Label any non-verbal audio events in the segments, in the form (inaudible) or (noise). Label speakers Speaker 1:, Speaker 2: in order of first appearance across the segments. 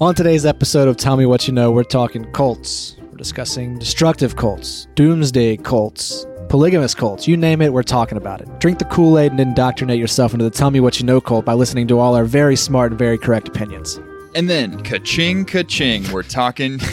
Speaker 1: On today's episode of Tell Me What You Know, we're talking cults. We're discussing destructive cults, doomsday cults, polygamous cults, you name it, we're talking about it. Drink the Kool Aid and indoctrinate yourself into the Tell Me What You Know cult by listening to all our very smart and very correct opinions.
Speaker 2: And then ka-ching, ka-ching, we're talking. (laughs)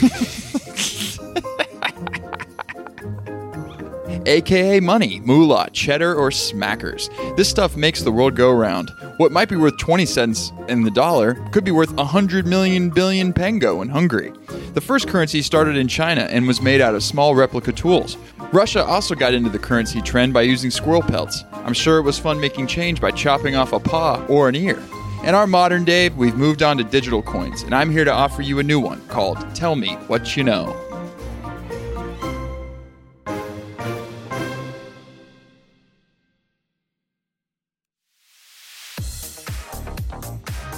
Speaker 2: AKA money, moolah, cheddar, or smackers. This stuff makes the world go round. What might be worth 20 cents in the dollar could be worth 100 million billion pengo in Hungary. The first currency started in China and was made out of small replica tools. Russia also got into the currency trend by using squirrel pelts. I'm sure it was fun making change by chopping off a paw or an ear. In our modern day, we've moved on to digital coins, and I'm here to offer you a new one called Tell Me What You Know.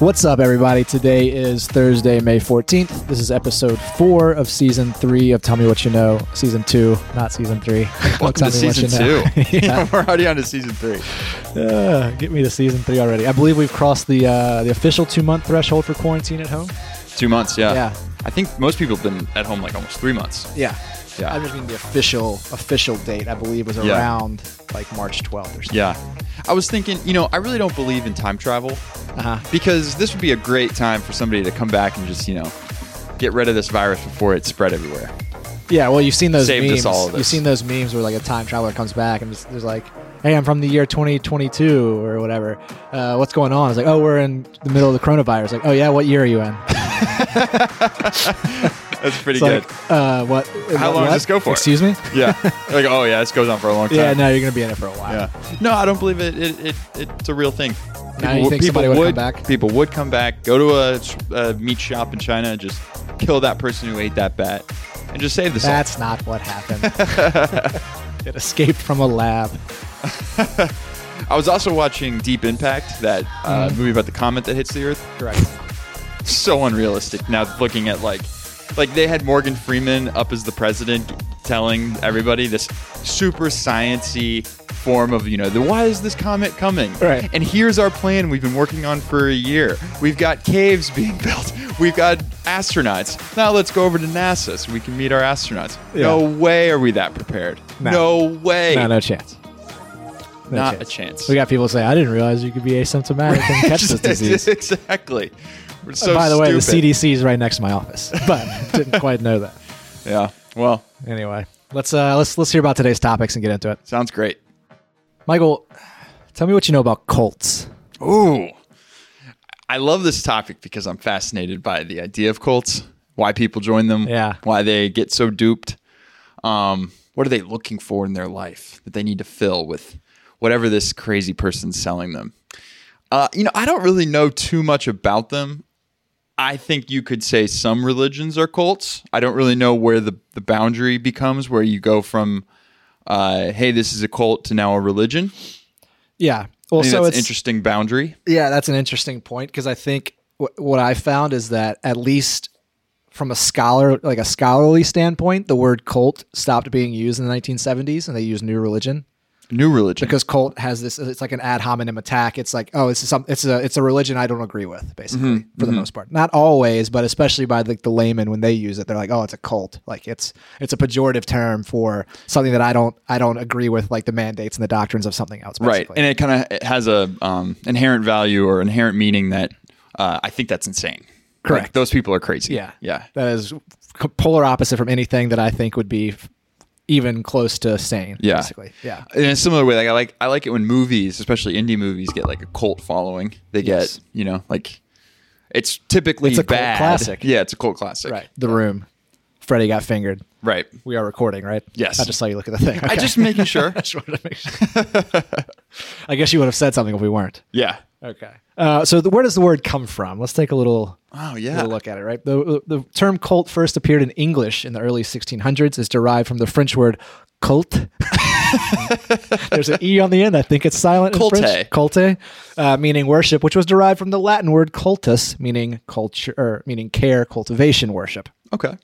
Speaker 1: What's up, everybody? Today is Thursday, May 14th. This is episode four of season three of Tell Me What You Know, season two, not season
Speaker 2: (laughs)
Speaker 1: three.
Speaker 2: Welcome
Speaker 1: Tell
Speaker 2: to
Speaker 1: Me What
Speaker 2: season
Speaker 1: You
Speaker 2: two.
Speaker 1: Know. (laughs)
Speaker 2: (laughs)
Speaker 1: yeah.
Speaker 2: We're already on to season three.
Speaker 1: Uh, get me to season three already. I believe we've crossed the uh, the official two month threshold for quarantine at home.
Speaker 2: Two months, yeah.
Speaker 1: Yeah.
Speaker 2: I think most people have been at home like almost three months.
Speaker 1: Yeah.
Speaker 2: Yeah.
Speaker 1: I just mean the official official date. I believe was
Speaker 2: Yeah.
Speaker 1: around like March 12th or something.
Speaker 2: Yeah. I was thinking, you know, I really don't believe in time travel
Speaker 1: Uh huh.
Speaker 2: because this would be a great time for somebody to come back and just, you know, get rid of this virus before it spread everywhere.
Speaker 1: Yeah. Well, you've seen those
Speaker 2: Saved us
Speaker 1: memes.
Speaker 2: all of
Speaker 1: You've
Speaker 2: this.
Speaker 1: seen those memes where like a time traveler comes back and just, there's like, "Hey, I'm from the year 2022 or whatever. Uh, what's going on?" It's like, "Oh, we're in the middle of the coronavirus." Like, "Oh yeah, what year are you
Speaker 2: (laughs)
Speaker 1: in?"
Speaker 2: That's pretty
Speaker 1: It's
Speaker 2: good.
Speaker 1: like, uh, what?
Speaker 2: How
Speaker 1: what-
Speaker 2: long does
Speaker 1: what?
Speaker 2: this go for?
Speaker 1: Excuse me.
Speaker 2: yeah. Like, oh, (laughs) yeah, this goes on for a long time.
Speaker 1: Yeah. No, you're gonna be in it for a while.
Speaker 2: Yeah. No, I don't believe it. It, it, It's a real thing.
Speaker 1: Now you
Speaker 2: wo-
Speaker 1: think somebody would come back?
Speaker 2: People would come back. Go to a s- a, meat shop in China and just kill that person who ate that bat, and just save the soul.
Speaker 1: That's not what
Speaker 2: (laughs)
Speaker 1: happened. it escaped from a lab.
Speaker 2: I was also watching Deep Impact, that uh,
Speaker 1: Mm-hmm.
Speaker 2: movie about the comet that hits the Earth.
Speaker 1: Correct.
Speaker 2: So unrealistic. Now looking at like, like they had Morgan Freeman up as the president, telling everybody this super sciency form of you know the why is this comet coming
Speaker 1: Right.
Speaker 2: and here's our plan we've been working on for a year we've got caves being (laughs) built we've got astronauts now let's go over to nasa so we can meet our astronauts
Speaker 1: Yeah.
Speaker 2: no way are we that prepared
Speaker 1: No.
Speaker 2: no, way
Speaker 1: No, no chance. No
Speaker 2: Not a chance.
Speaker 1: We got people say, "I didn't realize you could be asymptomatic
Speaker 2: (laughs)
Speaker 1: and catch this disease."
Speaker 2: exactly We're so
Speaker 1: By the way,
Speaker 2: stupid.
Speaker 1: the CDC is right next to my office, (laughs) but didn't quite know that.
Speaker 2: Yeah. Well,
Speaker 1: Anyway, let's uh, let's let's hear about today's topics and get into it.
Speaker 2: sounds great.
Speaker 1: Michael, tell me what you know about cults.
Speaker 2: Ooh. I love this topic because I'm fascinated by the idea of cults, why people join them,
Speaker 1: Yeah.
Speaker 2: why they get so duped. Um, what are they looking for in their life that they need to fill with whatever this crazy person's selling them? Uh, you know, I don't really know too much about them. I think you could say some religions are cults. I don't really know where the, the boundary becomes, where you go from, uh, hey, this is a cult to now a religion.
Speaker 1: Yeah. Well,
Speaker 2: I think
Speaker 1: so
Speaker 2: that's
Speaker 1: it's
Speaker 2: an interesting boundary.
Speaker 1: yeah, that's an interesting point because I think wh- what I found is that at least from a scholar like a scholarly standpoint, the word cult stopped being used in the 1970s, and they used new religion.
Speaker 2: New religion.
Speaker 1: because cult has this it's like an ad hominem attack it's like oh it's some it's a it's a religion i don't agree with basically
Speaker 2: Mm-hmm.
Speaker 1: for the most part not always but especially by like the layman when they use it they're like oh it's a cult like it's it's a pejorative term for something that i don't i don't agree with like the mandates and the doctrines of something else
Speaker 2: right
Speaker 1: basically.
Speaker 2: and it kind of has a um, inherent value or inherent meaning that uh, i think that's insane
Speaker 1: Correct.
Speaker 2: Like, those people are crazy
Speaker 1: yeah
Speaker 2: yeah
Speaker 1: that is c- polar opposite from anything that i think would be f- even close to sane
Speaker 2: Yeah.
Speaker 1: basically yeah
Speaker 2: in a similar way like i like i like it when movies especially indie movies get like a cult following they
Speaker 1: Yes.
Speaker 2: get you know like it's typically
Speaker 1: It's a cult
Speaker 2: bad.
Speaker 1: classic.
Speaker 2: yeah it's a cult classic
Speaker 1: right the room freddie got fingered
Speaker 2: right
Speaker 1: we are recording right
Speaker 2: Yes.
Speaker 1: i just saw you look at the thing
Speaker 2: i
Speaker 1: Okay.
Speaker 2: just
Speaker 1: (laughs)
Speaker 2: making sure
Speaker 1: I just wanted to make sure. (laughs) I guess you would have said something if we weren't.
Speaker 2: yeah
Speaker 1: Okay. Uh, so the, where does the word come from? Let's take a little,
Speaker 2: oh yeah
Speaker 1: little look at it, right? The, the term cult first appeared in English in the early 1600s. is derived from the French word cult. There's an E on the end. I think it's silent
Speaker 2: Culte.
Speaker 1: in French. Culte. Uh, meaning worship, which was derived from the Latin word cultus, meaning culture, or meaning care, cultivation, worship
Speaker 2: okay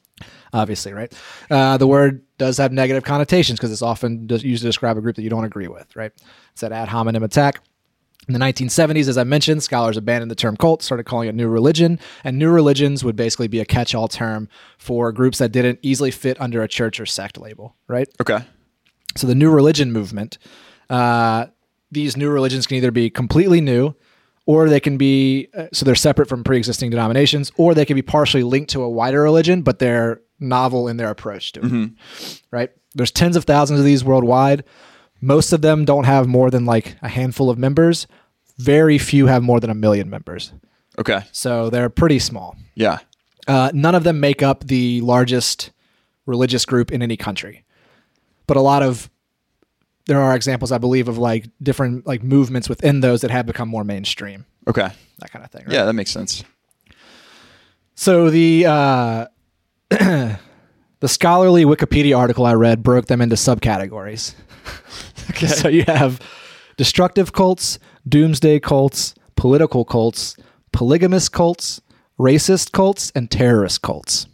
Speaker 1: obviously, right? Uh, the word does have negative connotations because it's often just used to describe a group that you don't agree with, right? It's that ad hominem attack. In the 1970s, as I mentioned, scholars abandoned the term cult, started calling it new religion, and new religions would basically be a catch all term for groups that didn't easily fit under a church or sect label, right?
Speaker 2: Okay.
Speaker 1: So the new religion movement, uh, these new religions can either be completely new, or they can be uh, so they're separate from pre-existing denominations, or they can be partially linked to a wider religion, but they're novel in their approach to it. Right? There's tens of thousands of these worldwide. Most of them don't have more than like a handful of members. Very few have more than a million members.
Speaker 2: Okay.
Speaker 1: So they're pretty small.
Speaker 2: Yeah.
Speaker 1: Uh, none of them make up the largest religious group in any country, but a lot of there are examples, I believe, of like different like movements within those that have become more mainstream,
Speaker 2: Okay.
Speaker 1: that kind of thing. Right?
Speaker 2: Yeah, that makes sense.
Speaker 1: So the uh, (clears throat) the scholarly Wikipedia article I read broke them into subcategories. (laughs) okay. So you have destructive cults, doomsday cults, political cults, polygamous cults, racist cults, and terrorist cults.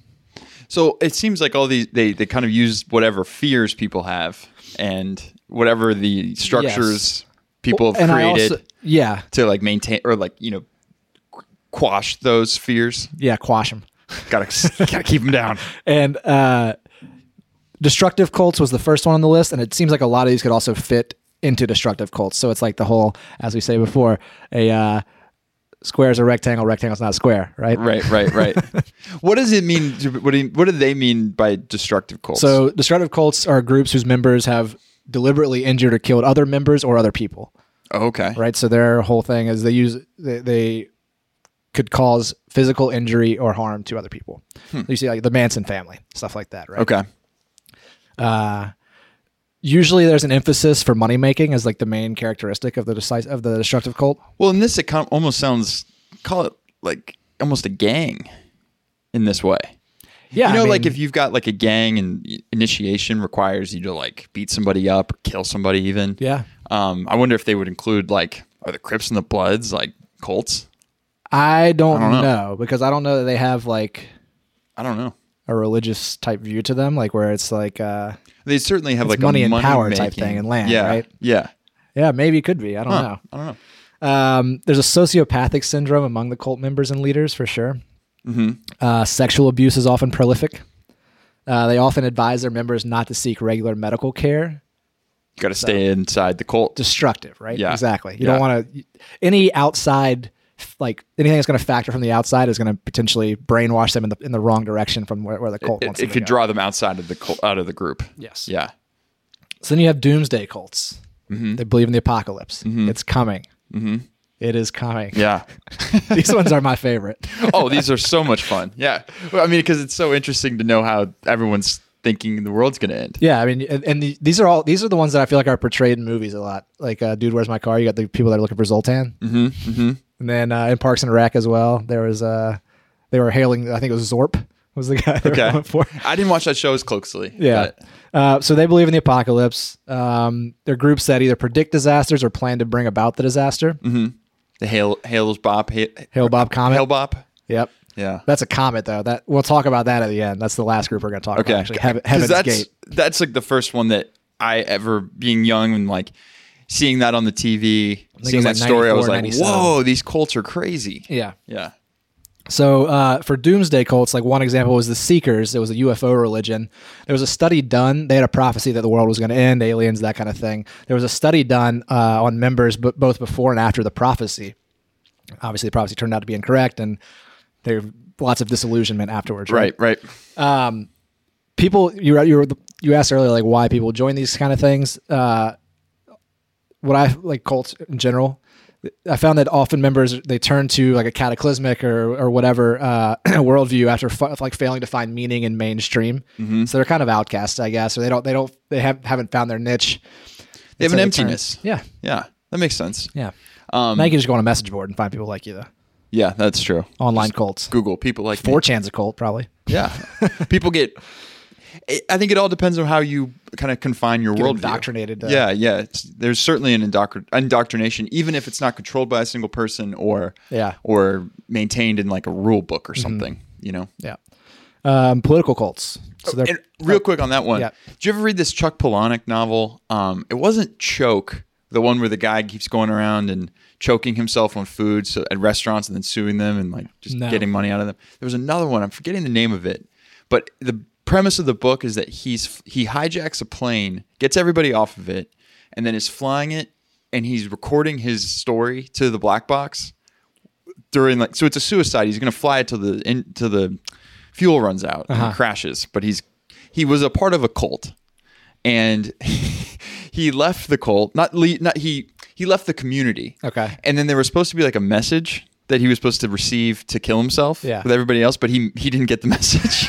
Speaker 2: So it seems like all these they, they kind of use whatever fears people have and whatever the structures people have
Speaker 1: And I
Speaker 2: created
Speaker 1: also- yeah,
Speaker 2: to like maintain or like you know qu- quash those fears.
Speaker 1: yeah, quash them.
Speaker 2: Gotta (laughs) gotta keep them down.
Speaker 1: And uh, destructive cults was the first one on the list, and it seems like a lot of these could also fit into destructive cults. So it's like the whole, as we say before, a uh, square is a rectangle, rectangle's not a square, right?
Speaker 2: Right, right,
Speaker 1: (laughs)
Speaker 2: right. what does it mean? To, what do you, what do they mean by destructive cults?
Speaker 1: So destructive cults are groups whose members have deliberately injured or killed other members or other people,
Speaker 2: Oh, okay,
Speaker 1: right? So their whole thing is they use they. they could cause physical injury or harm to other people.
Speaker 2: Hmm.
Speaker 1: You see, like the Manson family, stuff like that, right?
Speaker 2: okay,
Speaker 1: Uh, usually there's an emphasis for money making as like the main characteristic of the decis- of the destructive cult.
Speaker 2: Well, in this, it kind of almost sounds call it like almost a gang in this way.
Speaker 1: Yeah,
Speaker 2: you know,
Speaker 1: I mean,
Speaker 2: like if you've got like a gang and i- initiation requires you to like beat somebody up or kill somebody, even.
Speaker 1: yeah,
Speaker 2: Um, I wonder if they would include like are the Crips and the Bloods like cults?
Speaker 1: I don't,
Speaker 2: don't
Speaker 1: know. because I don't know that they have like
Speaker 2: I don't know.
Speaker 1: a religious type view to them, like where it's like, uh,
Speaker 2: They certainly have like
Speaker 1: money
Speaker 2: a
Speaker 1: and
Speaker 2: money
Speaker 1: power type
Speaker 2: making-
Speaker 1: thing and land,
Speaker 2: yeah,
Speaker 1: right?
Speaker 2: Yeah,
Speaker 1: yeah, maybe it could be. I don't know.
Speaker 2: I don't know.
Speaker 1: Um, there's a sociopathic syndrome among the cult members and leaders for sure.
Speaker 2: Mm-hmm.
Speaker 1: Uh, sexual abuse is often prolific. Uh, they often advise their members not to seek regular medical care
Speaker 2: You got to stay inside the cult.
Speaker 1: destructive, right?
Speaker 2: Yeah.
Speaker 1: Exactly. You
Speaker 2: Yeah.
Speaker 1: don't want to any outside like anything that's going to factor from the outside is going to potentially brainwash them in the in the wrong direction from where, where the cult
Speaker 2: it,
Speaker 1: wants
Speaker 2: it
Speaker 1: them to
Speaker 2: could
Speaker 1: go.
Speaker 2: draw them outside of the cult, out of the group.
Speaker 1: Yes.
Speaker 2: Yeah.
Speaker 1: So then you have doomsday cults.
Speaker 2: Mm-hmm.
Speaker 1: They believe in the apocalypse. It's coming. It is coming.
Speaker 2: Yeah.
Speaker 1: (laughs) These ones are my favorite.
Speaker 2: oh, these are so much fun. Yeah. Well, I mean, because it's so interesting to know how everyone's thinking the world's going to end.
Speaker 1: Yeah, I mean, and, and the, these are all these are the ones that I feel like are portrayed in movies a lot. Like, uh, dude, where's my car? You got the people that are looking for Zoltan, mm-hmm, and then uh, in Parks and Rec as well. There was uh, they were hailing. I think it was Zorp was the guy (laughs) they were
Speaker 2: Okay.
Speaker 1: going for.
Speaker 2: I didn't watch that show as closely.
Speaker 1: Yeah.
Speaker 2: but-
Speaker 1: Uh, so they believe in the apocalypse. Um, they're groups that either predict disasters or plan to bring about the disaster.
Speaker 2: The Hail Hail's Bop Hail,
Speaker 1: Hail Bob Comet.
Speaker 2: Mm-hmm. Hail Bop.
Speaker 1: Yep.
Speaker 2: Yeah.
Speaker 1: That's a comet though. That we'll talk about that at the end. That's the last group we're going to talk
Speaker 2: Okay.
Speaker 1: about. Actually, Heaven,
Speaker 2: (laughs) 'Cause
Speaker 1: Heaven's
Speaker 2: that's
Speaker 1: Gate.
Speaker 2: that's like the first one that I ever being young and like seeing that on the TV,
Speaker 1: it was
Speaker 2: seeing that
Speaker 1: like
Speaker 2: story, I
Speaker 1: 94,
Speaker 2: was like,
Speaker 1: 97.
Speaker 2: whoa, these cults are crazy.
Speaker 1: Yeah.
Speaker 2: Yeah.
Speaker 1: So uh, for doomsday cults, like one example was the Seekers. It was a UFO religion. There was a study done. They had a prophecy that the world was going to end, aliens, that kind of thing. There was a study done uh, on members, but both before and after the prophecy. Obviously, the prophecy turned out to be incorrect, and there lots of disillusionment afterwards.
Speaker 2: Right. Right.
Speaker 1: Um, people you were, you were, you asked earlier like why people join these kind of things uh what i like cults in general i found that often members they turn to like a cataclysmic or or whatever uh (clears throat) worldview after f- like failing to find meaning in mainstream
Speaker 2: Mm-hmm.
Speaker 1: so they're kind of outcasts i guess or they don't they don't they have, haven't found their niche
Speaker 2: They have
Speaker 1: So
Speaker 2: an
Speaker 1: turn-
Speaker 2: emptiness.
Speaker 1: yeah
Speaker 2: Yeah. That makes sense.
Speaker 1: yeah um now you can just go on a message board and find people like you though
Speaker 2: Yeah, that's true.
Speaker 1: online cults
Speaker 2: Google people like me.
Speaker 1: 4chan's a cult probably (laughs)
Speaker 2: Yeah, people get. I- I think it all depends on how you kind of confine your world.
Speaker 1: indoctrinated uh, to-
Speaker 2: yeah, yeah. It's, there's certainly an indoctr- indoctrination, even if it's not controlled by a single person or
Speaker 1: Yeah. Mm-hmm.
Speaker 2: or maintained in like a rule book or something. You know.
Speaker 1: yeah um political cults so
Speaker 2: Oh,
Speaker 1: they're
Speaker 2: And real quick on that one,
Speaker 1: Yeah.
Speaker 2: did you ever read this Chuck Palahniuk novel? Um, it wasn't Choke. It the one where the guy keeps going around and choking himself on food so, at restaurants and then suing them and like just
Speaker 1: No.
Speaker 2: getting money out of them. There was another one. I'm forgetting the name of it, but the premise of the book is that he's he hijacks a plane, gets everybody off of it, and then is flying it, and he's recording his story to the black box during like so it's a suicide. He's gonna fly it till the in, till the fuel runs out
Speaker 1: Uh-huh.
Speaker 2: and crashes. But he's he was a part of a cult, and (laughs) he left the cult. Not le- not he he left the community.
Speaker 1: Okay.
Speaker 2: and then there was supposed to be like a message that he was supposed to receive to kill himself
Speaker 1: Yeah.
Speaker 2: with everybody else, but he he didn't get
Speaker 1: (laughs)
Speaker 2: the (laughs) message.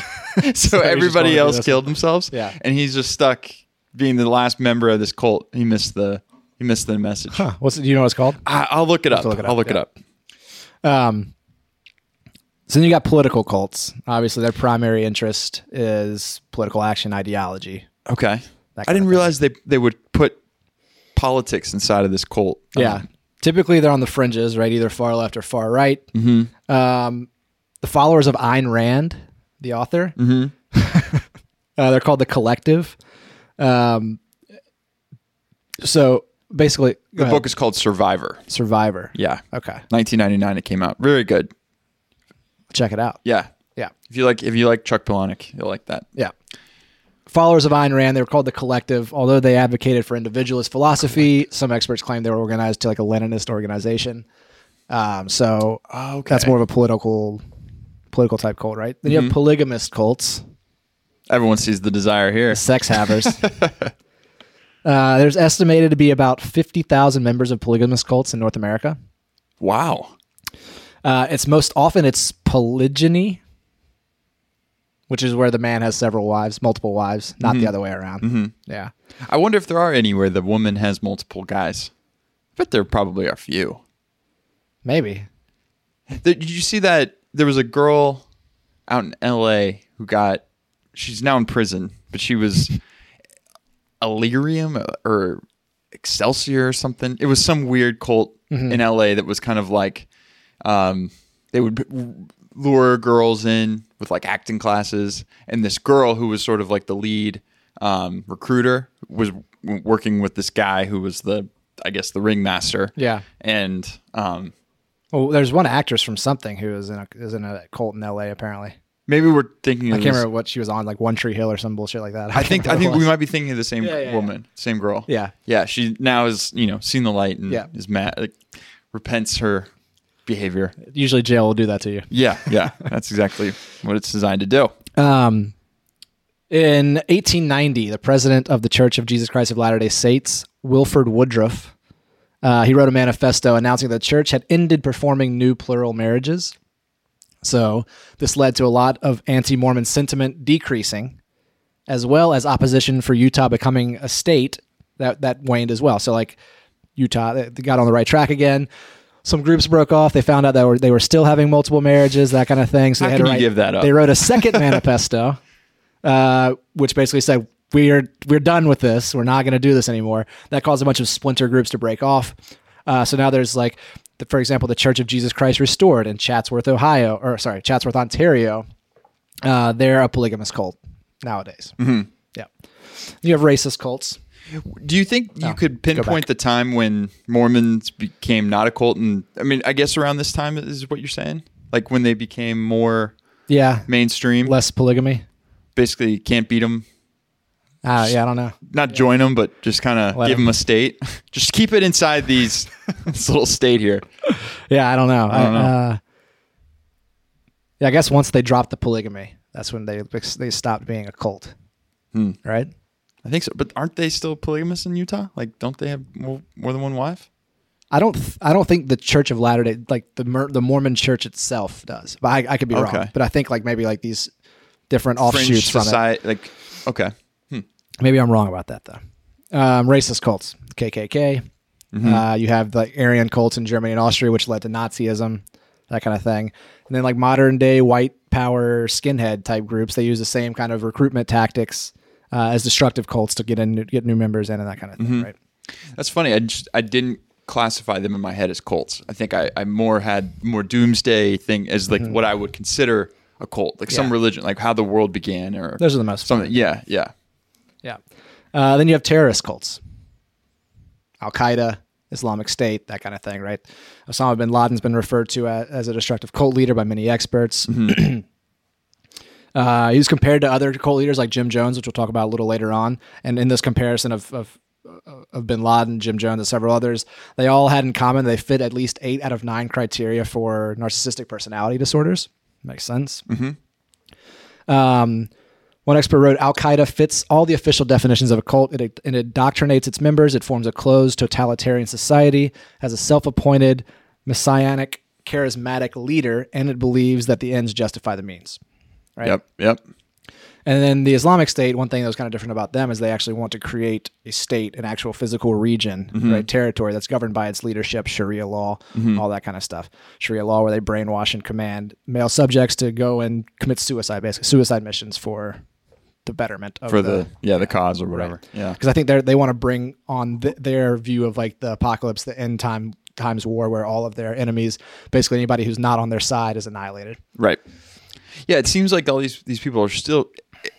Speaker 2: so,
Speaker 1: wanted to
Speaker 2: everybody
Speaker 1: do
Speaker 2: else
Speaker 1: this.
Speaker 2: killed themselves.
Speaker 1: Yeah.
Speaker 2: and he's just stuck being the last member of this cult. He missed the he missed the message.
Speaker 1: Huh. What's it, do you know what it's called?
Speaker 2: I, I'll look it up.
Speaker 1: look it
Speaker 2: I'll
Speaker 1: up,
Speaker 2: look it
Speaker 1: yeah.
Speaker 2: up.
Speaker 1: Um, so then you got political cults. Obviously, their primary interest is political action ideology.
Speaker 2: Okay.
Speaker 1: That
Speaker 2: I
Speaker 1: kind
Speaker 2: didn't
Speaker 1: of
Speaker 2: realize they they would put politics inside of this cult.
Speaker 1: Yeah.
Speaker 2: Um,
Speaker 1: Typically, they're on the fringes, right? Either far left or far right.
Speaker 2: Mm-hmm.
Speaker 1: Um, the followers of Ayn Rand, the author,
Speaker 2: Mm-hmm.
Speaker 1: (laughs) uh, they're called the Collective. Um, so basically,
Speaker 2: the book is called Survivor.
Speaker 1: Survivor.
Speaker 2: Yeah.
Speaker 1: Okay.
Speaker 2: 1999 it came out. Very good.
Speaker 1: Check it out.
Speaker 2: Yeah.
Speaker 1: Yeah.
Speaker 2: If you like if you like Chuck Palahniuk, you'll like that.
Speaker 1: Yeah. Followers of Ayn Rand, they were called the Collective, although they advocated for individualist philosophy. Some experts claim they were organized to like a Leninist organization. Um, so
Speaker 2: okay.
Speaker 1: that's more of a political, political type cult, right? Then you have polygamist cults,
Speaker 2: Everyone sees the desire here.
Speaker 1: sex havers. uh, there's estimated to be about fifty thousand members of polygamist cults in North America.
Speaker 2: Wow.
Speaker 1: Uh, it's most often it's polygyny, which is where the man has several wives, multiple wives, not the other way around. Yeah.
Speaker 2: I wonder if there are anywhere the woman has multiple guys. I bet there probably are few.
Speaker 1: Maybe.
Speaker 2: There- Did you see that there was a girl out in LA who got she's now in prison, but she was Illyrium uh, or Excelsior or something. It was some weird cult
Speaker 1: Mm-hmm.
Speaker 2: in LA that was kind of like um, they would lure girls in with like acting classes, and this girl who was sort of like the lead um, recruiter was w- working with this guy who was the I guess the ringmaster.
Speaker 1: Yeah.
Speaker 2: and um,
Speaker 1: Well, there's one actress from something who is in a is in a cult in L.A. Apparently,
Speaker 2: maybe we're thinking.
Speaker 1: I
Speaker 2: Of
Speaker 1: can't
Speaker 2: this-
Speaker 1: remember what she was on, like One Tree Hill or some bullshit like that. (laughs)
Speaker 2: I think I think we might be thinking of the same
Speaker 1: Yeah, yeah,
Speaker 2: woman, same girl.
Speaker 1: Yeah.
Speaker 2: yeah. She now is you know seen the light and
Speaker 1: Yeah.
Speaker 2: is mad, like, repents her behavior.
Speaker 1: usually jail will do that to you.
Speaker 2: Yeah,
Speaker 1: (laughs)
Speaker 2: yeah. that's exactly what it's designed to do.
Speaker 1: Um, in 1890, the president of the Church of Jesus Christ of Latter Day Saints, Wilford Woodruff, uh, he wrote a manifesto announcing that the church had ended performing new plural marriages. So this led to a lot of anti-Mormon sentiment decreasing, as well as opposition for Utah becoming a state that that waned as well. So like Utah, they they got on the right track again. Some groups broke off. They found out that were, they were still having multiple marriages, that kind of thing. So
Speaker 2: How
Speaker 1: they had to
Speaker 2: can you
Speaker 1: write-
Speaker 2: give that up?
Speaker 1: They wrote a second
Speaker 2: (laughs)
Speaker 1: manifesto, uh, which basically said we're we're done with this. We're not going to do this anymore. That caused a bunch of splinter groups to break off. Uh, so now there's like, the, for example, the Church of Jesus Christ Restored in Chatsworth, Ohio, or sorry, Chatsworth, Ontario. Uh, they're a polygamous cult nowadays. Mm-hmm. Yeah, you have racist cults.
Speaker 2: Do you think
Speaker 1: Oh,
Speaker 2: you could pinpoint the time when Mormons became not a cult? And I mean, I guess around this time is what you're saying, like when they became more
Speaker 1: Yeah,
Speaker 2: mainstream.
Speaker 1: less polygamy.
Speaker 2: Basically, can't beat them,
Speaker 1: Uh, yeah, I don't know.
Speaker 2: not join 'em, join them, but just kind of give
Speaker 1: 'em.
Speaker 2: them a state. (laughs) just keep it
Speaker 1: (laughs)
Speaker 2: inside these this little state here.
Speaker 1: Yeah, I don't know. I
Speaker 2: don't know.
Speaker 1: Uh, yeah, I guess once they dropped the polygamy, that's when they they stopped being a cult, right?
Speaker 2: I think so, but aren't they still polygamous in Utah? Like, don't they have more, more than one wife?
Speaker 1: I don't th- I don't think the Church of Latter Day like the Mer- the Mormon Church itself does, but I, I could be wrong.
Speaker 2: Okay.
Speaker 1: But I think like maybe like these different offshoots from it.
Speaker 2: society, like, okay,
Speaker 1: Maybe I'm wrong about that though. Um, racist cults, KKK.
Speaker 2: Mm-hmm.
Speaker 1: Uh, you have the Aryan cults in Germany and Austria, which led to Nazism, that kind of thing. And then like modern day white power skinhead type groups, they use the same kind of recruitment tactics uh, as destructive cults to get in, get new members in, and that kind of thing,
Speaker 2: Mm-hmm.
Speaker 1: right?
Speaker 2: that's funny. I just I didn't classify them in my head as cults. I think I, I more had more doomsday thing as like what I would consider a cult, like some
Speaker 1: Mm-hmm. Yeah.
Speaker 2: religion, like how the world began or
Speaker 1: Those are the most fun.
Speaker 2: something. Yeah, yeah.
Speaker 1: Yeah. Uh, then you have terrorist cults. Al Qaeda, Islamic State, that kind of thing, right? Osama bin Laden's been referred to as, as a destructive cult leader by many experts. (clears throat) Uh, he was compared to other cult leaders like Jim Jones, which we'll talk about a little later on. And in this comparison of, of, of Bin Laden, Jim Jones, and several others, they all had in common they fit at least eight out of nine criteria for narcissistic personality disorders. Makes sense. Um, one expert wrote Al Qaeda fits all the official definitions of a cult. It, it indoctrinates its members. It forms a closed, totalitarian society, has a self appointed, messianic, charismatic leader, and it believes that the ends justify the means. Right.
Speaker 2: Yep. Yep.
Speaker 1: And then the Islamic State, one thing that was kind of different about them is they actually want to create a state, an actual physical region, right, territory that's governed by its leadership, Sharia law, all that kind of stuff. Sharia law, where they brainwash and command male subjects to go and commit suicide, basically suicide missions for the betterment of
Speaker 2: For
Speaker 1: the.
Speaker 2: the yeah the cause or whatever. Yeah.
Speaker 1: because I think they they want to bring on th- their view of like the apocalypse, the end time times war, where all of their enemies, basically anybody who's not on their side, is annihilated.
Speaker 2: Right. Yeah, it seems like all these these people are still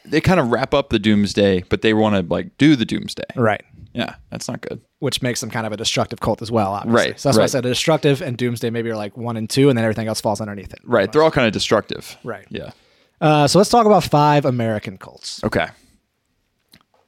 Speaker 2: they kind of wrap up the doomsday, but they want to like do the doomsday.
Speaker 1: Right.
Speaker 2: Yeah, that's not good.
Speaker 1: which makes them kind of a destructive cult as well. Obviously.
Speaker 2: Right,
Speaker 1: So that's why I
Speaker 2: right.
Speaker 1: said destructive and doomsday maybe are like one and two, and then everything else falls underneath it.
Speaker 2: Right. They're all kind of destructive.
Speaker 1: Right.
Speaker 2: Yeah.
Speaker 1: Uh, so let's talk about five American cults.
Speaker 2: Okay.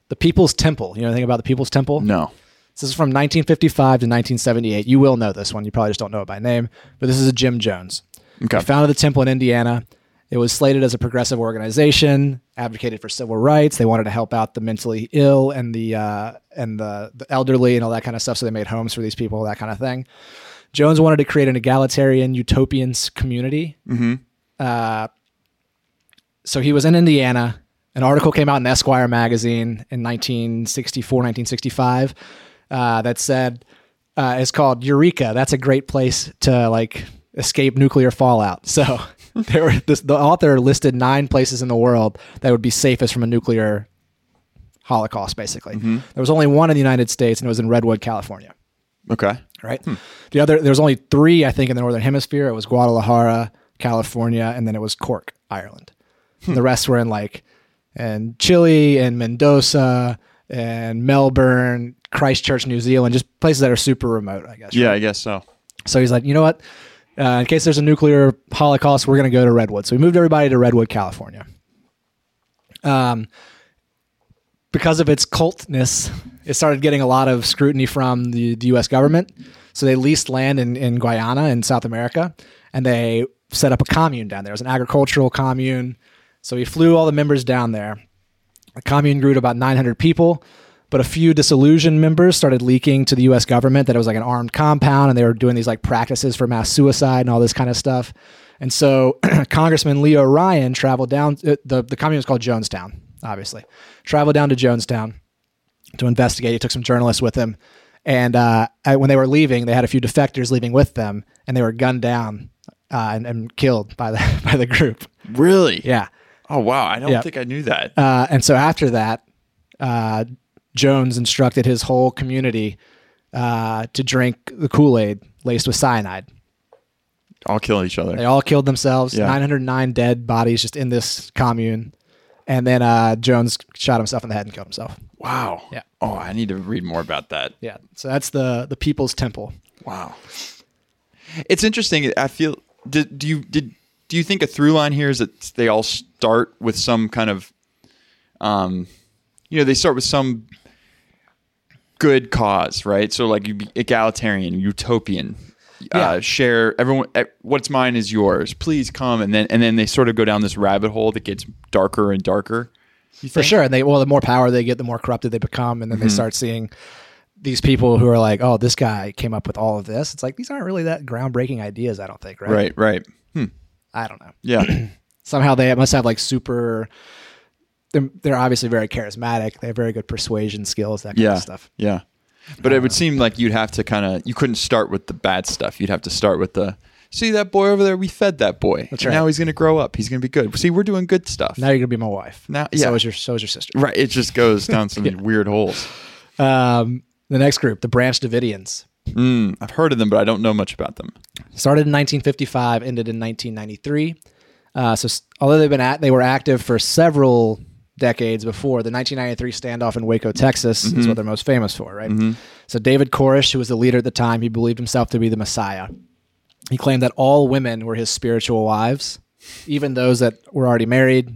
Speaker 1: The People's Temple. You know anything about the People's Temple?
Speaker 2: No.
Speaker 1: This is from 1955 to 1978. You will know this one. You probably just don't know it by name, but this is a Jim Jones.
Speaker 2: Okay.
Speaker 1: He founded the temple in Indiana. It was slated as a progressive organization, advocated for civil rights. They wanted to help out the mentally ill and the uh, and the, the elderly and all that kind of stuff. So they made homes for these people, that kind of thing. Jones wanted to create an egalitarian, utopian s- community. Mm-hmm. Uh, so he was in Indiana. An article came out in Esquire magazine in 1964, 1965 uh, that said, uh, it's called Eureka. That's a great place to like escape nuclear fallout. So (laughs) there were this, the author listed nine places in the world that would be safest from a nuclear holocaust, basically. There was only one in the United States and it was in Redwood, California
Speaker 2: Okay.
Speaker 1: right? The other there's only three, I think, in the northern hemisphere. It was Guadalajara, California, and then it was Cork, Ireland. And the rest were in like and Chile and Mendoza and Melbourne, Christchurch, New Zealand, just places that are super remote, I guess.
Speaker 2: Yeah, I guess so.
Speaker 1: So he's like, you know what? Uh, in case there's a nuclear holocaust, we're going to go to Redwood. So we moved everybody to Redwood, California. Um, because of its cultness, it started getting a lot of scrutiny from the, the U.S. government. So they leased land in, in Guyana in South America, and they set up a commune down there. It was an agricultural commune. So he flew all the members down there. The commune grew to about 900 people, but a few disillusioned members started leaking to the U.S. government that it was like an armed compound, and they were doing these like practices for mass suicide and all this kind of stuff. And so (clears throat) Congressman Leo Ryan traveled down. uh, the The commune was called Jonestown, obviously. Traveled down to Jonestown to investigate. He took some journalists with him, and uh, uh, when they were leaving, they had a few defectors leaving with them, and they were gunned down uh, and, and killed by the (laughs) by the group.
Speaker 2: Really?
Speaker 1: Yeah.
Speaker 2: Oh wow, I don't
Speaker 1: Yeah.
Speaker 2: think I knew that.
Speaker 1: Uh, and so after that, uh, Jones instructed his whole community uh, to drink the Kool Aid laced with cyanide.
Speaker 2: I'll kill each other.
Speaker 1: They all killed themselves.
Speaker 2: Yeah.
Speaker 1: 909 dead bodies just in this commune. And then uh, Jones shot himself in the head and killed himself.
Speaker 2: Wow.
Speaker 1: Yeah.
Speaker 2: Oh, I need to read more about that.
Speaker 1: Yeah. So that's the the People's Temple.
Speaker 2: Wow. It's interesting. I feel. Did, do you did do you think a through line here is that they all start with some kind of, um, you know, they start with some good cause, right? So like you be egalitarian, utopian. Uh,
Speaker 1: Yeah.
Speaker 2: share everyone. eh, What's mine is yours. Please come, and then and then they sort of go down this rabbit hole that gets darker and darker.
Speaker 1: For sure. And they well, the more power they get, the more corrupted they become, and then they start seeing these people who are like, "Oh, this guy came up with all of this." It's like these aren't really that groundbreaking ideas, I don't think, right?
Speaker 2: Right, right.
Speaker 1: I don't know.
Speaker 2: Yeah,
Speaker 1: somehow they must have like super they're, they're obviously very charismatic they have very good persuasion skills that kind
Speaker 2: yeah,
Speaker 1: of stuff Uh,
Speaker 2: yeah. But it would seem like you'd have to kind of you couldn't start with the bad stuff. You'd have to start with the see that boy over there. We fed that boy. That's
Speaker 1: right.
Speaker 2: Now he's gonna grow up. He's gonna be good. See, we're doing good stuff.
Speaker 1: now you're gonna be my wife
Speaker 2: Now-
Speaker 1: And
Speaker 2: yeah.
Speaker 1: so is your so is your sister
Speaker 2: Right. It just goes
Speaker 1: (laughs)
Speaker 2: down some weird holes.
Speaker 1: um, the next group the branch davidians
Speaker 2: Mm, I've heard of them, but I don't know much about them.
Speaker 1: started in 1955 ended in 1993 uh, so s- although they've been at they were active for several decades before. The 1993 standoff in Waco, Texas
Speaker 2: Mm-hmm.
Speaker 1: is what they're most famous for, right? So David Koresh, who was the leader at the time, he believed himself to be the Messiah. He claimed that all women were his spiritual wives, even those that were already married.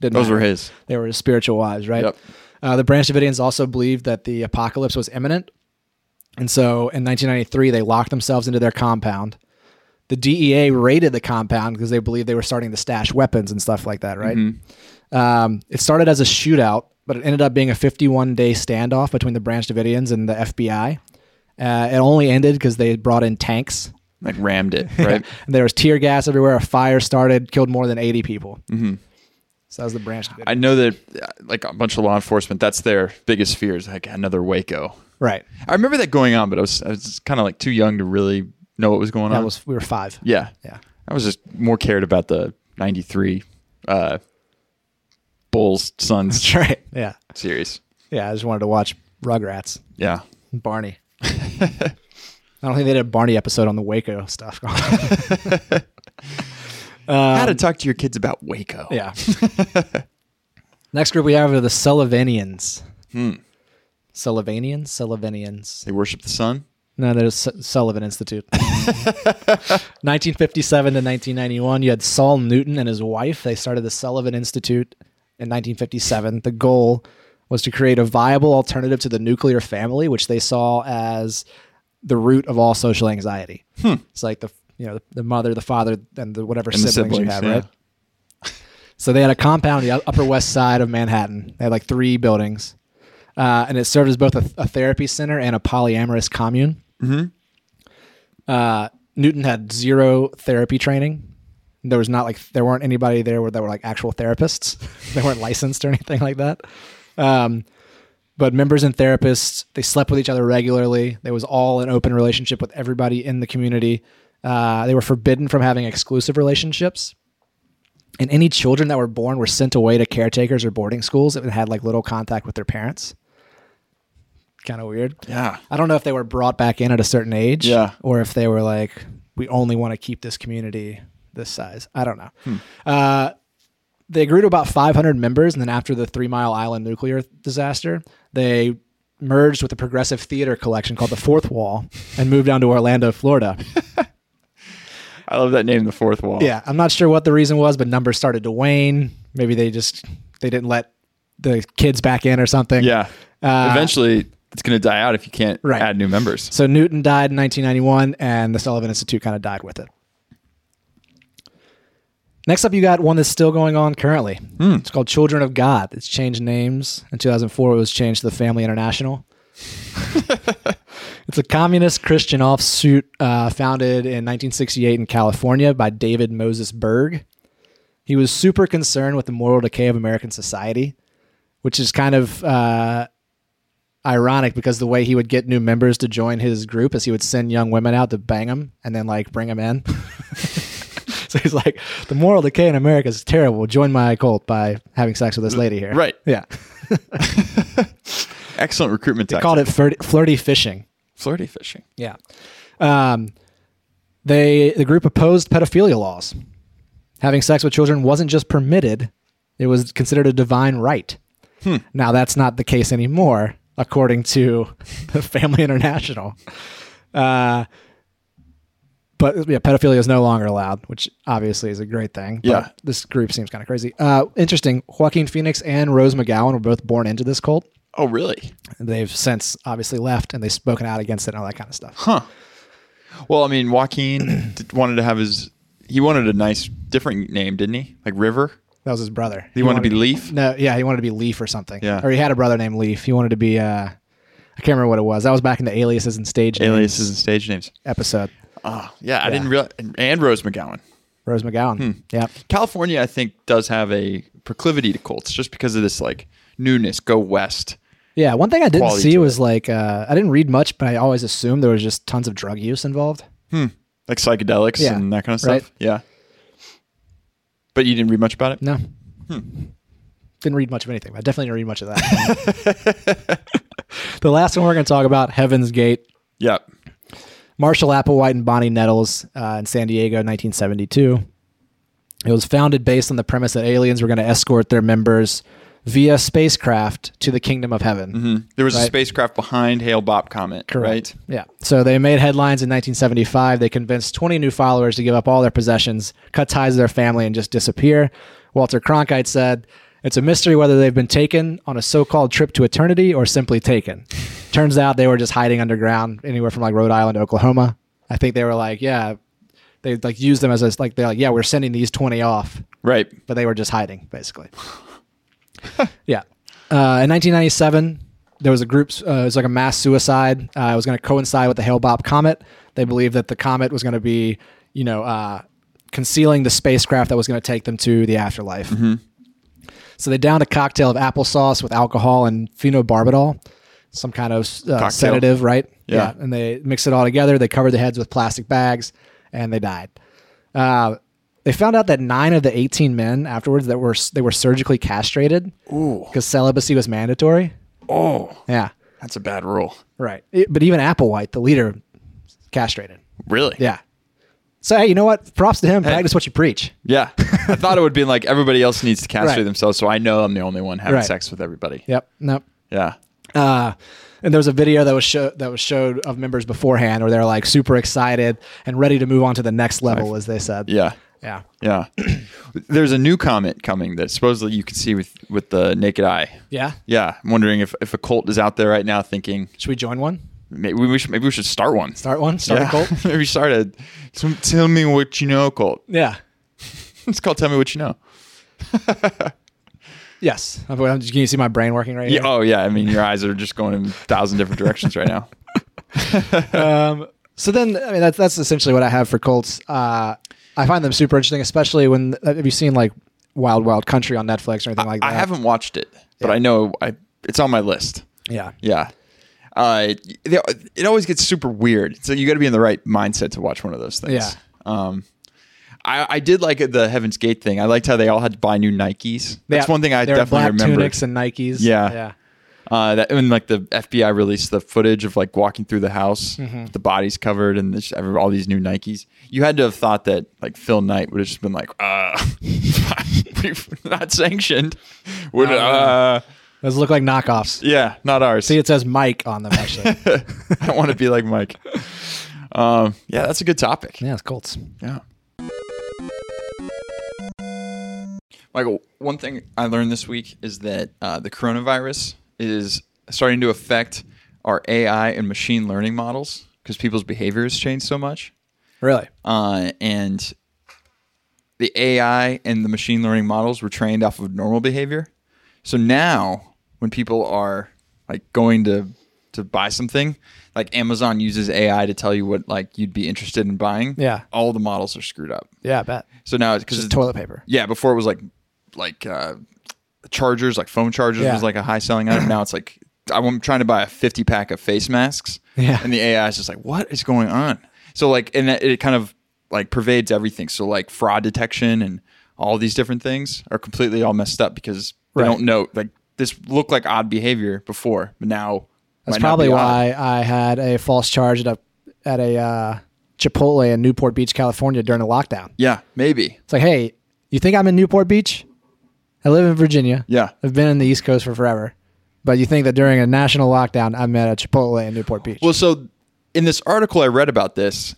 Speaker 1: Didn't
Speaker 2: Those were
Speaker 1: matter.
Speaker 2: his.
Speaker 1: They were his spiritual wives, right?
Speaker 2: Yep.
Speaker 1: Uh, the Branch Davidians also believed that the apocalypse was imminent. And so in 1993, they locked themselves into their compound. The DEA raided the compound because they believed they were starting to stash weapons and stuff like that, right?
Speaker 2: Mm-hmm.
Speaker 1: Um, it started as a shootout, but it ended up being a 51 day standoff between the Branch Davidians and the FBI. Uh, it only ended because they brought in tanks
Speaker 2: Like rammed it,
Speaker 1: (laughs)
Speaker 2: right?
Speaker 1: and there was tear gas everywhere. A fire started, killed more than 80 people. Mm-hmm. So that was the branch. Davidians.
Speaker 2: I know that uh, like a bunch of law enforcement, that's their biggest fear is like another Waco.
Speaker 1: right.
Speaker 2: I remember that going on, but I was I was kind of like too young to really know what was going
Speaker 1: That
Speaker 2: on.
Speaker 1: was, we were five.
Speaker 2: yeah,
Speaker 1: Yeah.
Speaker 2: I was just more cared about the '93 uh, Bulls (laughs) Suns
Speaker 1: Right. Yeah.
Speaker 2: series.
Speaker 1: Yeah. I just wanted to watch Rugrats
Speaker 2: Yeah,
Speaker 1: and Barney. (laughs) I don't think they did a Barney episode on the Waco stuff.
Speaker 2: how to talk to your kids about Waco.
Speaker 1: (laughs) yeah. (laughs) Next group we have are the Sullivanians. Hmm. Sullivanians? Sullivanians.
Speaker 2: they worship the sun.
Speaker 1: No, there's Su- Sullivan Institute. (laughs) 1957 to 1991, you had Saul Newton and his wife. They started the Sullivan Institute in 1957. The goal was to create a viable alternative to the nuclear family, which they saw as the root of all social anxiety. It's like the you know the, the mother, the father, and the whatever
Speaker 2: Hmm. the
Speaker 1: siblings, you
Speaker 2: siblings,
Speaker 1: have,
Speaker 2: yeah.
Speaker 1: right? So they had a compound on the Upper West Side of Manhattan. They had like three buildings, uh, and it served as both a, a therapy center and a polyamorous commune. Uh, Newton had zero therapy training. There was not like there weren't anybody there where that were like actual therapists. (laughs) they weren't licensed or anything like that. Um, but members and therapists they slept with each other regularly. There was all an open relationship with everybody in the community. Uh, they were forbidden from having exclusive relationships. And any children that were born were sent away to caretakers or boarding schools and had like little contact with their parents. Kind of weird.
Speaker 2: Yeah,
Speaker 1: I don't know if they were brought back in at a certain age,
Speaker 2: Yeah.
Speaker 1: or if they were like, we only want to keep this community this size. I don't know.
Speaker 2: Hmm.
Speaker 1: Uh, they grew to about 500 members, and then after the Three Mile Island nuclear disaster, they merged with a progressive theater collection called the Fourth Wall and moved down to Orlando,
Speaker 2: (laughs)
Speaker 1: Florida.
Speaker 2: I love that name, the Fourth Wall.
Speaker 1: Yeah, I'm not sure what the reason was, but numbers started to wane. Maybe they just they didn't let the kids back in or something.
Speaker 2: yeah.
Speaker 1: Uh,
Speaker 2: Eventually, it's going to die out if you can't
Speaker 1: Right.
Speaker 2: add new members.
Speaker 1: So Newton died in 1991, and the Sullivan Institute kind of died with it. Next up, you got one that's still going on currently. It's called Children of God. It's changed names. In 2004, it was changed to the Family International. it's a communist Christian offshoot uh, founded in 1968 in California by David Moses Berg. He was super concerned with the moral decay of American society, which is kind of. Uh, ironic because the way he would get new members to join his group is he would send young women out to bang them and then like bring them in. (laughs) so he's like, the moral decay in America is terrible. Join my cult by having sex with this lady here.
Speaker 2: Right.
Speaker 1: Yeah.
Speaker 2: Excellent recruitment tactic.
Speaker 1: Called it flirty, flirty fishing.
Speaker 2: flirty fishing.
Speaker 1: Yeah. Um, they the group opposed pedophilia laws. Having sex with children wasn't just permitted; it was considered a divine right. Now that's not the case anymore, according to (laughs) the Family International. Uh, but yeah, pedophilia is no longer allowed, which obviously is a great thing. but
Speaker 2: Yeah.
Speaker 1: this group seems kind of crazy. Uh, interesting. Joaquin Phoenix and Rose McGowan were both born into this cult.
Speaker 2: Oh, really?
Speaker 1: They've since obviously left, and they've spoken out against it and all that kind of stuff.
Speaker 2: Well, I mean, (clears throat) Joaquin did- wanted to have his. He wanted a nice, different name, didn't he? Like River.
Speaker 1: That was his brother.
Speaker 2: He, wanted, to be Leaf.
Speaker 1: No, yeah, he wanted to be Leaf or something.
Speaker 2: Yeah.
Speaker 1: Or he had a brother named Leaf. He wanted to be uh I can't remember what it was. That was back in the aliases and stage names
Speaker 2: Aliases and stage names.
Speaker 1: episode.
Speaker 2: Oh, yeah, I didn't realize. And, and Rose McGowan.
Speaker 1: Rose McGowan.
Speaker 2: Hmm.
Speaker 1: Yeah.
Speaker 2: California, I think, does have a proclivity to cults just because of this like newness. Go west.
Speaker 1: Yeah. One thing I didn't
Speaker 2: Quality
Speaker 1: see
Speaker 2: to
Speaker 1: was like uh I didn't read much, but I always assumed there was just tons of drug use involved.
Speaker 2: like psychedelics
Speaker 1: Yeah,
Speaker 2: and that kind of stuff.
Speaker 1: right.
Speaker 2: Yeah. But you didn't read much about it?
Speaker 1: No.
Speaker 2: Hmm.
Speaker 1: Didn't read much of anything, but I definitely didn't read much of that. (laughs) the last one we're gonna talk about, Heaven's Gate.
Speaker 2: Yeah.
Speaker 1: Marshall Applewhite and Bonnie Nettles uh, in San Diego, 1972. It was founded based on the premise that aliens were going to escort their members via spacecraft to the kingdom of heaven.
Speaker 2: Mm. There was a
Speaker 1: Right.
Speaker 2: spacecraft behind Hale Bopp comment, right?
Speaker 1: Yeah. So they made headlines in 1975. They convinced 20 new followers to give up all their possessions, cut ties with their family, and just disappear. Walter Cronkite said, It's a mystery whether they've been taken on a so called trip to eternity or simply taken. Turns out they were just hiding underground anywhere from like Rhode Island to Oklahoma. I think they were like, Yeah, they like used them as a, like, they're like, Yeah, we're sending these 20 off
Speaker 2: Right.
Speaker 1: but they were just hiding basically. yeah. Uh, in 1997, there was a group. Uh, it was like a mass suicide. Uh, it was going to coincide with the Hale-Bopp comet. They believed that the comet was going to be, you know, uh, concealing the spacecraft that was going to take them to the afterlife. So they downed a cocktail of applesauce with alcohol and phenobarbital, some kind of uh, sedative, right?
Speaker 2: Yeah.
Speaker 1: And they mixed it all together. They covered the heads with plastic bags, and they died. Uh, they found out that nine of the 18 men afterwards that were they were surgically castrated because celibacy was mandatory.
Speaker 2: Oh,
Speaker 1: Yeah,
Speaker 2: that's a bad rule.
Speaker 1: right. It- but even Applewhite, the leader, castrated.
Speaker 2: Really?
Speaker 1: Yeah. So hey, you know what? Props to him. Practice what you preach.
Speaker 2: Yeah. I thought it would be like everybody else needs to castrate
Speaker 1: Right.
Speaker 2: themselves, so I know I'm the only one having
Speaker 1: Right.
Speaker 2: sex with everybody.
Speaker 1: Yep. Nope.
Speaker 2: Yeah.
Speaker 1: Uh, and there was a video that was show, that was showed of members beforehand where they're like super excited and ready to move on to the next level, as they said.
Speaker 2: Yeah.
Speaker 1: Yeah.
Speaker 2: Yeah.
Speaker 1: (clears throat)
Speaker 2: There's a new comment coming that supposedly you can see with with the naked eye.
Speaker 1: Yeah.
Speaker 2: Yeah. I'm wondering if, if a cult is out there right now thinking
Speaker 1: Should we join one?
Speaker 2: maybe we should maybe we should start one.
Speaker 1: Start one. Start
Speaker 2: yeah.
Speaker 1: a cult.
Speaker 2: (laughs) maybe start a "Tell- tell me what you know cult.
Speaker 1: Yeah.
Speaker 2: It's called tell me what you know.
Speaker 1: Yes. I'm- I'm- Can you see my brain working right
Speaker 2: Yeah.
Speaker 1: here?
Speaker 2: Oh yeah. I mean your eyes are just going in a thousand different directions right
Speaker 1: (laughs)
Speaker 2: now.
Speaker 1: Um, So then, I mean, that's that's essentially what I have for Colts. Uh, I find them super interesting, especially when uh, have you seen like Wild Wild Country on Netflix or anything like that?
Speaker 2: I haven't watched it, but I know I it's on my list.
Speaker 1: Yeah.
Speaker 2: Yeah. Uh, they- it always gets super weird. So you got to be in the right mindset to watch one of those things.
Speaker 1: Yeah.
Speaker 2: Um, I, I did like the Heaven's Gate thing. I liked how they all had to buy new Nikes. That's
Speaker 1: Yeah,
Speaker 2: one thing I
Speaker 1: they're in
Speaker 2: definitely
Speaker 1: black
Speaker 2: remember.
Speaker 1: Tunics and Nikes.
Speaker 2: Yeah.
Speaker 1: Yeah.
Speaker 2: Uh, that and like the FBI released the footage of like walking through the house, the bodies covered, and this, every- all these new Nikes. You had to have thought that like Phil Knight would have just been like, uh, (laughs) we've not sanctioned. Would uh,
Speaker 1: Those look like knockoffs.
Speaker 2: yeah, not ours.
Speaker 1: See, it says Mike on them actually.
Speaker 2: (laughs) I don't want to be like Mike. Um, yeah, that's a good topic.
Speaker 1: yeah, it's Colts.
Speaker 2: Yeah. Michael, one thing I learned this week is that uh, the coronavirus is starting to affect our AI and machine learning models because people's behavior has changed so much.
Speaker 1: Really?
Speaker 2: Uh, and the AI and the machine learning models were trained off of normal behavior. So now, when people are like going to to buy something, like Amazon uses AI to tell you what like you'd be interested in buying.
Speaker 1: Yeah.
Speaker 2: all the models are screwed up.
Speaker 1: Yeah, I bet.
Speaker 2: So now it's because
Speaker 1: Just toilet paper.
Speaker 2: yeah, before it was like like uh, chargers, like phone chargers
Speaker 1: Yeah.
Speaker 2: was like a high selling item. now it's like I'm trying to buy a 50 pack of face masks.
Speaker 1: Yeah.
Speaker 2: And the AI is just like, what is going on? So like, and that- it kind of like pervades everything. So like fraud detection and all these different things are completely all messed up because they
Speaker 1: Right.
Speaker 2: don't know like this looked like odd behavior before, but now
Speaker 1: That's
Speaker 2: might not
Speaker 1: probably
Speaker 2: be odd.
Speaker 1: why I had a false charge at a at a uh, Chipotle in Newport Beach, California during the lockdown.
Speaker 2: Yeah, maybe.
Speaker 1: It's like, hey, you think I'm in Newport Beach? I live in Virginia.
Speaker 2: Yeah.
Speaker 1: I've been in the East Coast for forever. But you think that during a national lockdown, I'm at a Chipotle in Newport Beach?
Speaker 2: Well, so in this article I read about this,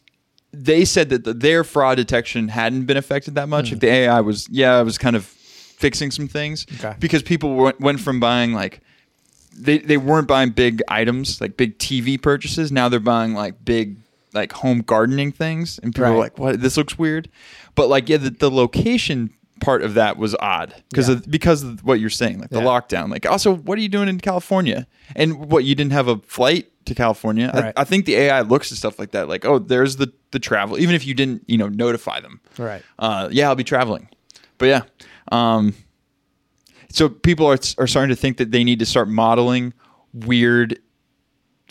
Speaker 2: they said that the, their fraud detection hadn't been affected that much. If the AI was, yeah, it was kind of fixing some things
Speaker 1: Okay.
Speaker 2: because people went, went from buying like they they weren't buying big items like big TV purchases. Now they're buying like big like home gardening things, and people are
Speaker 1: Right.
Speaker 2: like, "What? This looks weird." But like, yeah, the, the location part of that was odd because
Speaker 1: Yeah.
Speaker 2: of because of what you're saying, like the
Speaker 1: Yeah.
Speaker 2: lockdown. Like, also, what are you doing in California? And what you didn't have a flight to California?
Speaker 1: Right.
Speaker 2: I, I think the AI looks at stuff like that, like, "Oh, there's the the travel," even if you didn't, you know, notify them.
Speaker 1: Right.
Speaker 2: Uh, yeah, I'll be traveling, but yeah. Um, so people are, are starting to think that they need to start modeling weird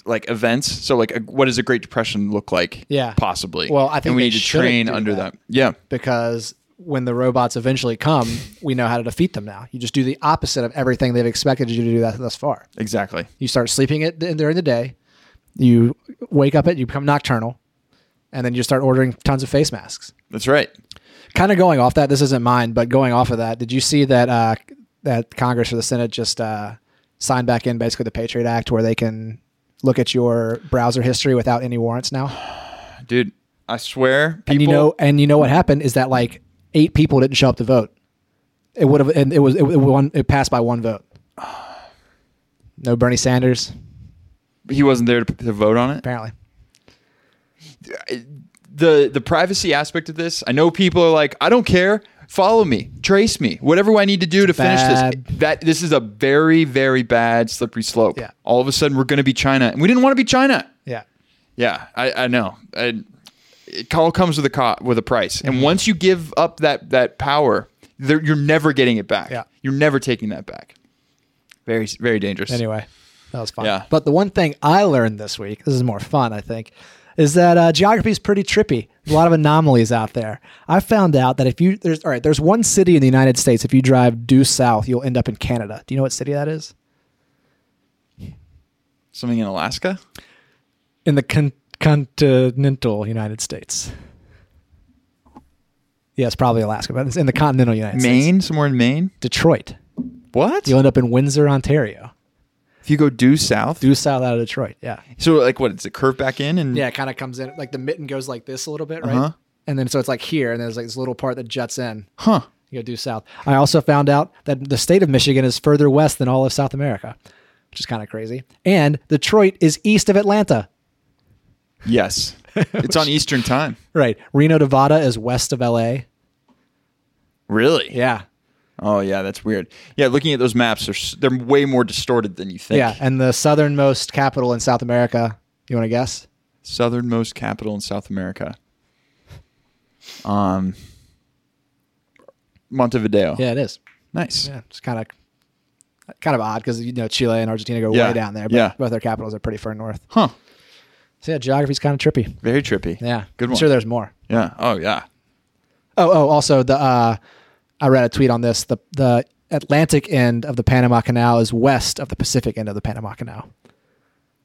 Speaker 2: like events so like a, what does a great depression look like
Speaker 1: Yeah.
Speaker 2: possibly
Speaker 1: Well, I think
Speaker 2: and we
Speaker 1: they
Speaker 2: need to
Speaker 1: shouldn't
Speaker 2: train
Speaker 1: do
Speaker 2: under that.
Speaker 1: that.
Speaker 2: yeah
Speaker 1: because when the robots eventually come, we know how to defeat them now. You just do the opposite of everything they've expected you to do that thus far.
Speaker 2: exactly
Speaker 1: You start sleeping it during the day. You wake up at you become nocturnal, and then you start ordering tons of face masks.
Speaker 2: that's right
Speaker 1: Kind of going off that, this isn't mine, but going off of that, did you see that uh, that Congress or the Senate just uh, signed back in basically the Patriot Act, where they can look at your browser history without any warrants now.
Speaker 2: dude. I swear, people.
Speaker 1: and you know, and you know what happened is that like eight people didn't show up to vote. It would have, and it was it, it won, it passed by one vote. (sighs) No Bernie Sanders,
Speaker 2: he wasn't there to, to vote on it.
Speaker 1: apparently.
Speaker 2: the the privacy aspect of this. I know people are like, I don't care. Follow me, trace me, whatever I need to do to finish
Speaker 1: bad.
Speaker 2: this. That this is a very very bad slippery slope.
Speaker 1: Yeah.
Speaker 2: All of a sudden, we're going to be China, and we didn't want to be China.
Speaker 1: Yeah,
Speaker 2: Yeah, I, I know. I, it all comes with a co- with a price, and
Speaker 1: Mm-hmm.
Speaker 2: once you give up that that power, there, you're never getting it back.
Speaker 1: Yeah.
Speaker 2: You're never taking that back. Very very dangerous.
Speaker 1: Anyway, that was fun.
Speaker 2: Yeah.
Speaker 1: But the one thing I learned this week, this is more fun, I think, is that uh, geography is pretty trippy. A lot of anomalies out there. I found out that if you there's all right, there's one city in the United States. If you drive due south, you'll end up in Canada. Do you know what city that is?
Speaker 2: Something in Alaska.
Speaker 1: In the con- continental United States. Yes, probably Alaska, but it's in the continental United States.
Speaker 2: Maine, somewhere in Maine.
Speaker 1: Detroit.
Speaker 2: What?
Speaker 1: You'll end up in Windsor, Ontario.
Speaker 2: If you go due south,
Speaker 1: Due south out of Detroit. Yeah.
Speaker 2: so like what? It's a curve back in, and
Speaker 1: Yeah, it kind of comes in like the mitten goes like this a little bit, right?
Speaker 2: Uh-huh.
Speaker 1: And then so it's like here, and there's like this little part that juts in.
Speaker 2: huh?
Speaker 1: You go due south. I also found out that the state of Michigan is further west than all of South America, which is kind of crazy. And Detroit is east of Atlanta,
Speaker 2: Yes. It's on Eastern time.
Speaker 1: right? Reno, Nevada is west of LA.
Speaker 2: Really?
Speaker 1: Yeah,
Speaker 2: Oh yeah, that's weird. Yeah, looking at those maps, they're s- they're way more distorted than you think.
Speaker 1: yeah. And the southernmost capital in South America. You want to guess?
Speaker 2: Southernmost capital in South America. Um Montevideo.
Speaker 1: Yeah, it is.
Speaker 2: Nice.
Speaker 1: Yeah, it's kind of kind of odd because you know Chile and Argentina go
Speaker 2: Yeah,
Speaker 1: way down there, but
Speaker 2: yeah.
Speaker 1: both their capitals are pretty far north.
Speaker 2: Huh.
Speaker 1: So yeah, geography's kind of trippy.
Speaker 2: Very trippy.
Speaker 1: Yeah,
Speaker 2: Good
Speaker 1: I'm
Speaker 2: one.
Speaker 1: sure there's more.
Speaker 2: yeah. Oh yeah.
Speaker 1: Oh, oh, also the uh, I read a tweet on this. The the Atlantic end of the Panama Canal is west of the Pacific end of the Panama Canal.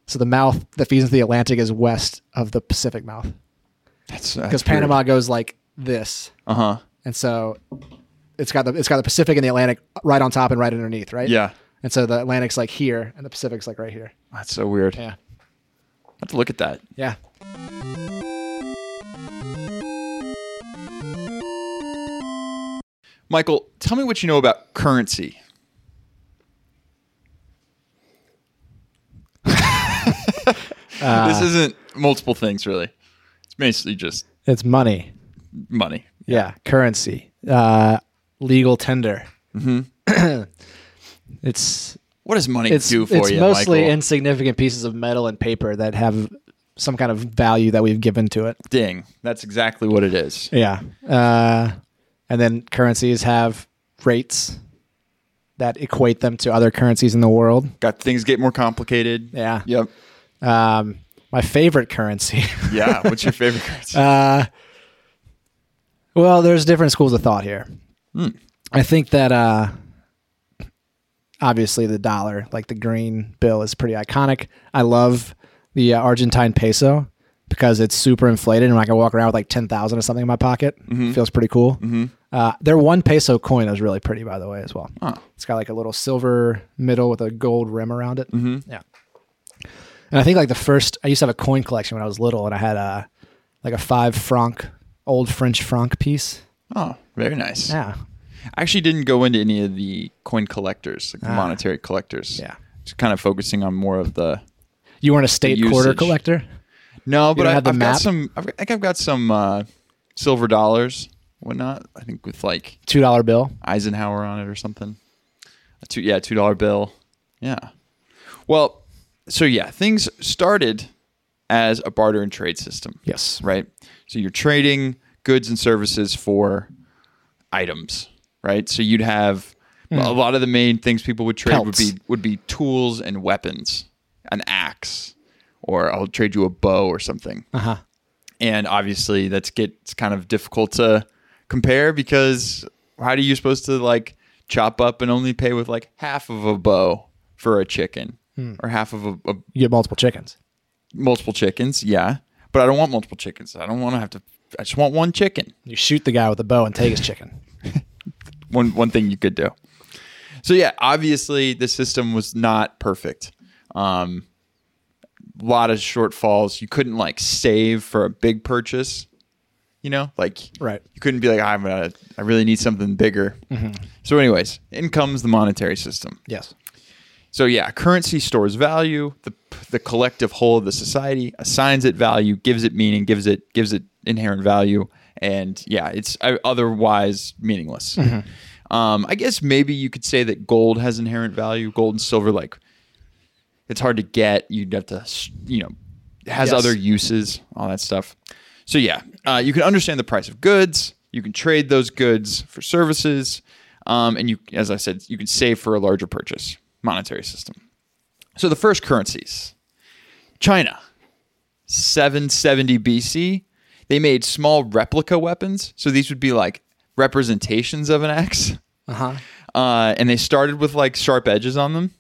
Speaker 1: So the mouth that feeds into the Atlantic is west of the Pacific mouth
Speaker 2: That's
Speaker 1: because Panama goes like this,
Speaker 2: Uh huh.
Speaker 1: and so it's got the it's got the Pacific and the Atlantic right on top and right underneath, right?
Speaker 2: Yeah.
Speaker 1: And so the Atlantic's like here, and the Pacific's like right here.
Speaker 2: That's so weird.
Speaker 1: Yeah.
Speaker 2: I have to look at that.
Speaker 1: Yeah.
Speaker 2: Michael, tell me what you know about currency.
Speaker 1: Uh,
Speaker 2: this isn't multiple things, really. It's basically just
Speaker 1: It's money.
Speaker 2: money.
Speaker 1: Yeah, currency, uh, legal tender. Mm-hmm. (clears throat) it's
Speaker 2: What does money
Speaker 1: it's
Speaker 2: do for
Speaker 1: it's
Speaker 2: you,
Speaker 1: mostly
Speaker 2: Michael?
Speaker 1: insignificant pieces of metal and paper that have some kind of value that we've given to it.
Speaker 2: Ding. That's exactly what it is.
Speaker 1: Yeah, uh, and then currencies have rates that equate them to other currencies in the world.
Speaker 2: Got things get more complicated.
Speaker 1: Yeah.
Speaker 2: Yep.
Speaker 1: Um, my favorite currency. (laughs)
Speaker 2: Yeah. What's your favorite currency?
Speaker 1: Uh, well, there's different schools of thought here. I think that uh, obviously the dollar, like the green bill, is pretty iconic. I love the uh, Argentine peso because it's super inflated, and I can walk around with like ten thousand or something in my pocket. Feels pretty cool. Uh, their one peso coin is really pretty, by the way, as well. It's got like a little silver middle with a gold rim around it. Yeah. And I think like the first, I used to have a coin collection when I was little, and I had uh, a like a five franc, old French franc piece.
Speaker 2: oh, very nice.
Speaker 1: Yeah,
Speaker 2: I actually didn't go into any of the coin collectors, like the monetary collectors.
Speaker 1: Ah. yeah.
Speaker 2: Just kind of focusing on more of the
Speaker 1: You weren't a state
Speaker 2: The
Speaker 1: quarter
Speaker 2: usage.
Speaker 1: collector.
Speaker 2: No, but
Speaker 1: don't
Speaker 2: I,
Speaker 1: have
Speaker 2: I've
Speaker 1: the
Speaker 2: got
Speaker 1: map?
Speaker 2: some. I've, I think I've got some uh, silver dollars, whatnot. I think with like
Speaker 1: Two dollar bill.
Speaker 2: Eisenhower on it or something. A two, yeah, two dollar bill. Yeah. Well, so yeah, things started as a barter and trade system.
Speaker 1: Yes.
Speaker 2: Right. So you're trading goods and services for items, right? So you'd have a lot of the main things people would trade would
Speaker 1: Hmm. Pelts.
Speaker 2: be would be tools and weapons, an axe, or I'll trade you a bow or something.
Speaker 1: Uh huh.
Speaker 2: And obviously, that's gets kind of difficult to compare because how do you supposed to like chop up and only pay with like half of a bow for a chicken or half of a, a
Speaker 1: You get multiple chickens.
Speaker 2: multiple chickens? Yeah, but I don't want multiple chickens. I don't want to have to. I just want one chicken.
Speaker 1: You shoot the guy with the bow and take his chicken.
Speaker 2: one one thing you could do. So yeah, obviously the system was not perfect. Um, a lot of shortfalls. You couldn't like save for a big purchase. You know, like
Speaker 1: Right.
Speaker 2: You couldn't be like, "Ah, I'm gonna, I really need something bigger. So, anyways, in comes the monetary system.
Speaker 1: Yes.
Speaker 2: So yeah, currency stores value. The the collective whole of the society assigns it value, gives it meaning, gives it gives it inherent value, and yeah, it's uh, otherwise meaningless. Um, I guess maybe you could say that gold has inherent value. Gold and silver, like it's hard to get. You'd have to, s- you know, it has
Speaker 1: Yes.
Speaker 2: other uses, all that stuff. So yeah, uh, you can understand the price of goods. You can trade those goods for services, um, and you, as I said, you can save for a larger purchase. Monetary system. So the first currencies, China, 770 BC. They made small replica weapons. So these would be like representations of an axe
Speaker 1: Uh huh.
Speaker 2: uh, and they started with like sharp edges on them,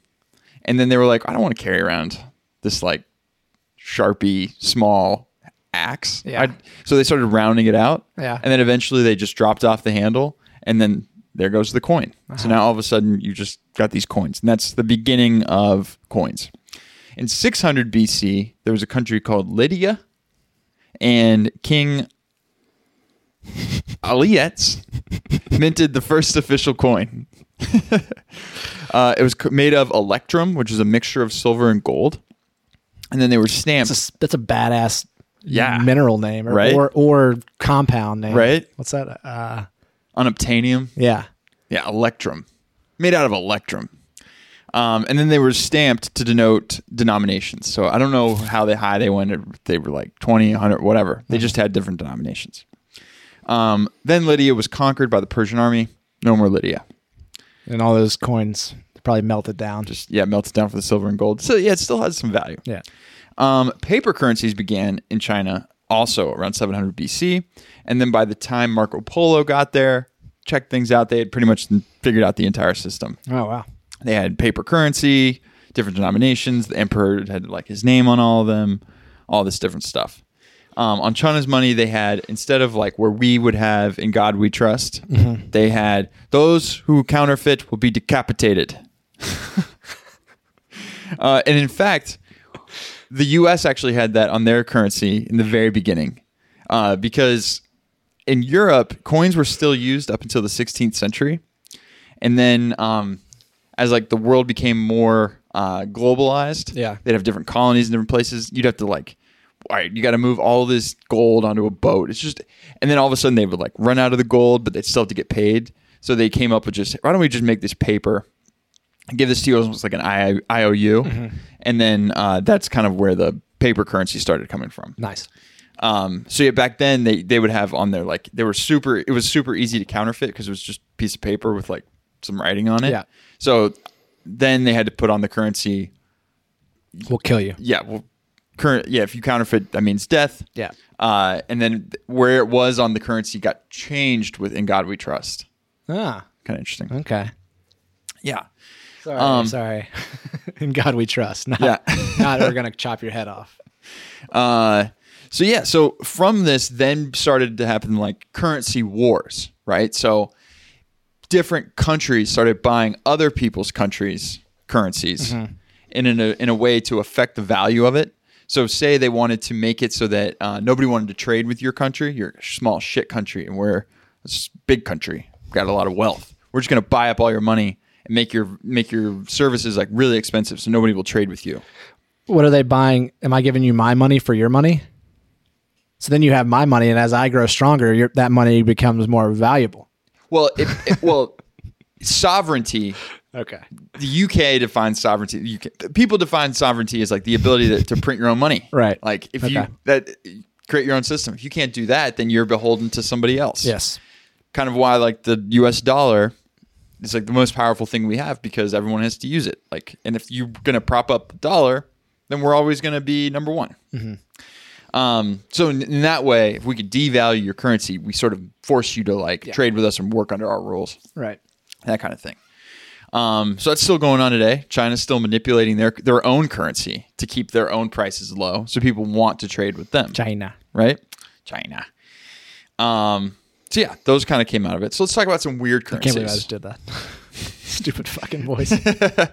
Speaker 2: and then they were like, I don't want to carry around this like sharpie small axe.
Speaker 1: Yeah.
Speaker 2: I'd- so they started rounding it out.
Speaker 1: Yeah.
Speaker 2: And then eventually they just dropped off the handle, and then there goes the coin.
Speaker 1: Uh-huh.
Speaker 2: So now all of a sudden you just got these coins, and that's the beginning of coins. In 600 BC, there was a country called Lydia, and King Aliyets minted the first official coin. uh, it was c- made of electrum, which is a mixture of silver and gold, and then they were stamped.
Speaker 1: That's a, that's a badass
Speaker 2: Yeah.
Speaker 1: mineral name or,
Speaker 2: Right?
Speaker 1: or or compound name.
Speaker 2: Right.
Speaker 1: What's that? Uh
Speaker 2: unobtainium.
Speaker 1: yeah.
Speaker 2: Yeah, electrum. Made out of electrum. Um, and then they were stamped to denote denominations. So I don't know how they high they went. if They were like 20, 100, whatever. They just had different denominations. Um, then Lydia was conquered by the Persian army. No more Lydia.
Speaker 1: And all those coins probably melted down.
Speaker 2: Just, yeah, melted down for the silver and gold. So, yeah, it still has some value.
Speaker 1: yeah.
Speaker 2: Um, paper currencies began in China also around 700 BC. And then by the time Marco Polo got there, checked things out, they had pretty much figured out the entire system.
Speaker 1: Oh wow.
Speaker 2: they had paper currency, different denominations. The emperor had like his name on all of them, all this different stuff. Um, on China's money, they had instead of like where we would have "In God We Trust," they had "Those who counterfeit will be decapitated." uh, and in fact, the U.S. actually had that on their currency in the very beginning, uh, because in Europe, coins were still used up until the 16th century, and then um, as like the world became more uh, globalized,
Speaker 1: Yeah.
Speaker 2: they'd have different colonies in different places. You'd have to like, all right, you got to move all this gold onto a boat. It's just, and then all of a sudden they would like run out of the gold, but they'd still have to get paid. So they came up with just, why don't we just make this paper? and Give this to you almost like an I- IOU,
Speaker 1: Mm-hmm.
Speaker 2: and then uh, that's kind of where the paper currency started coming from.
Speaker 1: Nice.
Speaker 2: Um, so yeah, back then they, they would have on there like they were super. It was super easy to counterfeit because it was just a piece of paper with like some writing on it.
Speaker 1: Yeah.
Speaker 2: So then they had to put on the currency.
Speaker 1: We'll kill you.
Speaker 2: Yeah. Well, current. Yeah. If you counterfeit, that means death.
Speaker 1: Yeah.
Speaker 2: Uh, and then where it was on the currency got changed with "In God We Trust."
Speaker 1: Ah.
Speaker 2: Kind of interesting.
Speaker 1: Okay.
Speaker 2: Yeah.
Speaker 1: Sorry.
Speaker 2: Um,
Speaker 1: sorry. (laughs) In God we trust. Not,
Speaker 2: Yeah.
Speaker 1: not we're gonna chop your head off.
Speaker 2: Uh, so yeah, so from this, then started to happen like currency wars, right? So different countries started buying other people's countries' currencies, and in a in a way to affect the value of it. So say they wanted to make it so that uh, nobody wanted to trade with your country, your small shit country, and we're a s- big country, got a lot of wealth. We're just gonna buy up all your money and make your make your services like really expensive, so nobody will trade with you.
Speaker 1: What are they buying? Am I giving you my money for your money? So then you have my money, and as I grow stronger, your, that money becomes more valuable.
Speaker 2: Well, it, it- well, sovereignty.
Speaker 1: Okay.
Speaker 2: The UK defines sovereignty. the UK, people define sovereignty as like the ability to, to print your own money.
Speaker 1: Right.
Speaker 2: Like if
Speaker 1: Okay.
Speaker 2: you that create your own system. If you can't do that, then you're beholden to somebody else.
Speaker 1: Yes.
Speaker 2: Kind of why like the U.S. dollar is like the most powerful thing we have because everyone has to use it. Like, and if you're gonna prop up the dollar, then we're always gonna be number one.
Speaker 1: Mm-hmm.
Speaker 2: Um, so in, in that way, if we could devalue your currency, we sort of force you to like trade with us and work under our rules
Speaker 1: Right.
Speaker 2: that kind of thing. Um, so that's still going on today. China's still manipulating their their own currency to keep their own prices low, so people want to trade with them,
Speaker 1: China.
Speaker 2: right? China. Um, so yeah, those kind of came out of it. So let's talk about some weird
Speaker 1: Can't believe I
Speaker 2: currencies.
Speaker 1: just did that. (laughs) Stupid fucking voice. (laughs) Um,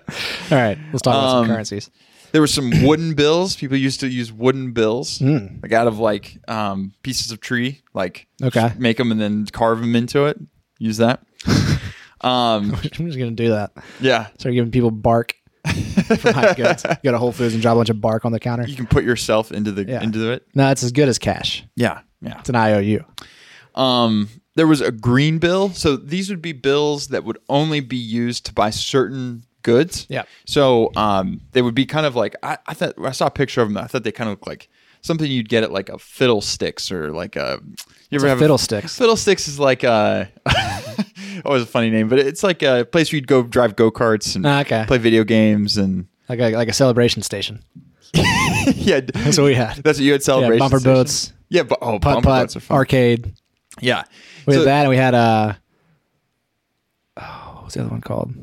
Speaker 1: All right, let's talk about some currencies. (laughs)
Speaker 2: There were some (clears throat) wooden bills. People used to use wooden bills,
Speaker 1: Hmm.
Speaker 2: like out of like um, pieces of tree, like
Speaker 1: Okay.
Speaker 2: just make them and then carve them into it.
Speaker 1: (laughs)
Speaker 2: Use that. um,
Speaker 1: I'm just gonna do that.
Speaker 2: yeah,
Speaker 1: Start giving people bark for my (laughs) goods. You go to Whole Foods and drop a bunch of bark on the counter.
Speaker 2: you can put yourself into the
Speaker 1: Yeah.
Speaker 2: into it.
Speaker 1: No, it's as good as cash.
Speaker 2: Yeah, yeah.
Speaker 1: It's an IOU.
Speaker 2: Um, there was a green bill. So these would be bills that would only be used to buy certain goods.
Speaker 1: Yep.
Speaker 2: So um, they would be kind of like I, I thought I saw a picture of them. I thought they kind of looked like something you'd get at like a fiddlesticks or like a you ever
Speaker 1: a (laughs)
Speaker 2: have
Speaker 1: Fiddlesticks?
Speaker 2: fiddlesticks is like a (laughs) always a funny name, but it's like a place where you'd go drive go karts and
Speaker 1: Ah, okay.
Speaker 2: play video games and (laughs)
Speaker 1: Like a like a celebration station.
Speaker 2: yeah.
Speaker 1: That's what we had.
Speaker 2: That's what you had celebration.
Speaker 1: bumper
Speaker 2: station.
Speaker 1: boats.
Speaker 2: Yeah, but oh,
Speaker 1: Putt
Speaker 2: bumper boats are
Speaker 1: putt
Speaker 2: fun.
Speaker 1: arcade.
Speaker 2: yeah.
Speaker 1: We
Speaker 2: So-
Speaker 1: had that, and we had uh, oh, what was the other one called?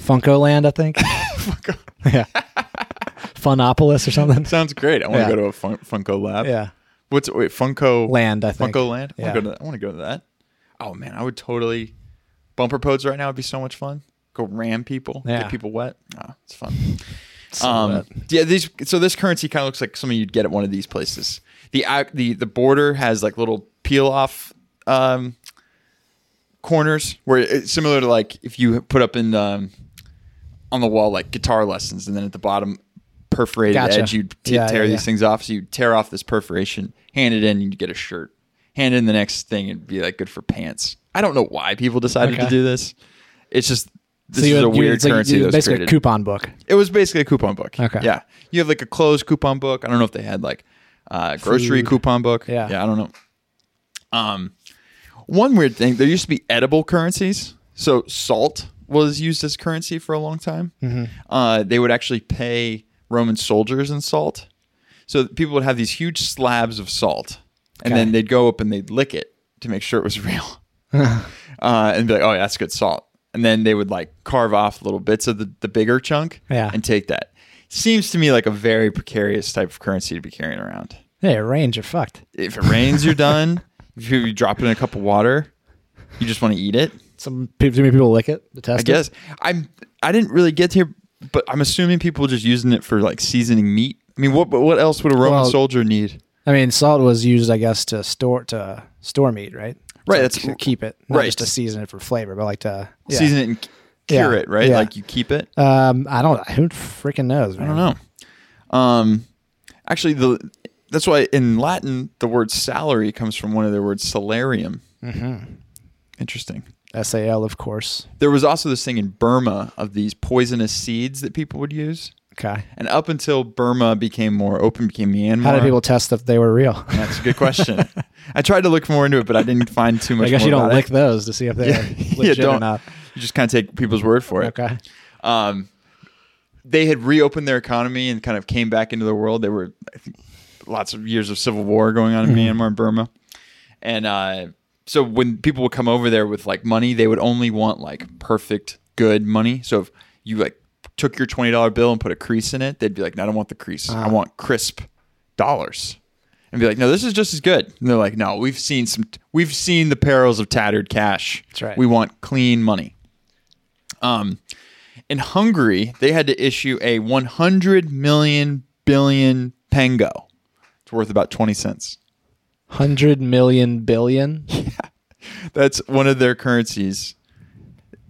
Speaker 1: Funko Land, I
Speaker 2: (laughs)
Speaker 1: think. yeah, Funopolis or something.
Speaker 2: Sounds great. I want
Speaker 1: Yeah.
Speaker 2: to go to a fun- Funko Lab.
Speaker 1: Yeah,
Speaker 2: What's wait Funko
Speaker 1: Land, I think.
Speaker 2: Funko Land. I
Speaker 1: Yeah.
Speaker 2: want to go to. that. I want to go to that. Oh man, I would totally. Bumper pods right now would be so much fun. Go ram people,
Speaker 1: Yeah.
Speaker 2: get people wet. Ah, it's fun.
Speaker 1: So
Speaker 2: um,
Speaker 1: that-
Speaker 2: yeah, these. So this currency kind of looks like something you'd get at one of these places. The ac- the the border has like little peel off um, corners where it's similar to like if you put up in um, on the wall like guitar lessons, and then at the bottom perforated
Speaker 1: Gotcha.
Speaker 2: edge, you'd t-
Speaker 1: Yeah,
Speaker 2: tear
Speaker 1: yeah,
Speaker 2: these
Speaker 1: yeah.
Speaker 2: things off. So you tear off this perforation, hand it in, and you get a shirt. Hand in the next thing, it'd be like good for pants. I don't know why people decided
Speaker 1: Okay.
Speaker 2: to do this. It's just this
Speaker 1: you
Speaker 2: is
Speaker 1: had-
Speaker 2: a
Speaker 1: you-
Speaker 2: weird
Speaker 1: it's like-
Speaker 2: currency.
Speaker 1: you-
Speaker 2: that was
Speaker 1: basically
Speaker 2: created.
Speaker 1: a coupon book.
Speaker 2: It was basically a coupon book.
Speaker 1: Okay.
Speaker 2: Yeah. You have like a closed coupon book. I don't know if they had like uh, grocery
Speaker 1: Food.
Speaker 2: coupon book.
Speaker 1: Yeah.
Speaker 2: Yeah. I don't know. Um, one weird thing there used to be edible currencies. So salt was used as currency for a long time.
Speaker 1: Mm-hmm.
Speaker 2: Uh, they would actually pay Roman soldiers in salt. So people would have these huge slabs of salt, and
Speaker 1: Okay.
Speaker 2: then they'd go up and they'd lick it to make sure it was (laughs)
Speaker 1: (laughs)
Speaker 2: real uh, and be like, oh, yeah, that's good salt. And then they would like carve off little bits of the, the bigger chunk
Speaker 1: Yeah.
Speaker 2: and take that. Seems to me like a very precarious type of currency to be carrying around.
Speaker 1: Hey, range, you're fucked.
Speaker 2: If it rains, you're done. (laughs) If you drop it in a cup of water, you just want to eat it.
Speaker 1: Some pe- too many people lick it to test
Speaker 2: I guess I'm. I didn't really get here, but I'm assuming people were just using it for like seasoning meat. I mean, what what else would a Roman
Speaker 1: Well-
Speaker 2: soldier need?
Speaker 1: it. I mean, salt was used, I guess, to store to store meat, right?
Speaker 2: Right,
Speaker 1: To
Speaker 2: that's-
Speaker 1: c- keep it, not
Speaker 2: right.
Speaker 1: just to season it for flavor, but like to yeah.
Speaker 2: Season it and c- cure
Speaker 1: Yeah,
Speaker 2: it, right?
Speaker 1: yeah.
Speaker 2: Like you keep it.
Speaker 1: Um, I don't. Who freaking knows?
Speaker 2: I don't know. Um, actually, the that's why in Latin the word salary comes from one of their words salarium. Mm-hmm. Interesting.
Speaker 1: Sal, of course.
Speaker 2: There was also this thing in Burma of these poisonous seeds that people would use,
Speaker 1: Okay.
Speaker 2: and up until Burma became more open, became Myanmar.
Speaker 1: How did people test if they were real?
Speaker 2: (laughs) That's a good question. I tried to look more into it, but I didn't find too much.
Speaker 1: I guess
Speaker 2: more
Speaker 1: you don't
Speaker 2: about
Speaker 1: lick
Speaker 2: it.
Speaker 1: those to see if they're
Speaker 2: (laughs)
Speaker 1: legit
Speaker 2: yeah, don't.
Speaker 1: or not.
Speaker 2: You just kind of take people's word for it.
Speaker 1: Okay.
Speaker 2: um, they had reopened their economy and kind of came back into the world. There were I think, lots of years of civil war going on in
Speaker 1: Mm-hmm.
Speaker 2: Myanmar and Burma, and uh, so when people would come over there with like money, they would only want like perfect good money. So if you like took your twenty dollar bill and put a crease in it, they'd be like, "No, I don't want the crease.
Speaker 1: Ah.
Speaker 2: I want crisp dollars." And be like, "No, this is just as good." And they're like, "No, we've seen some. We've seen the perils of tattered cash.
Speaker 1: That's right.
Speaker 2: We want clean money." Um, in Hungary, they had to issue a 100 million billion pango. It's worth about 20 cents.
Speaker 1: Hundred million billion.
Speaker 2: That's one of their currencies.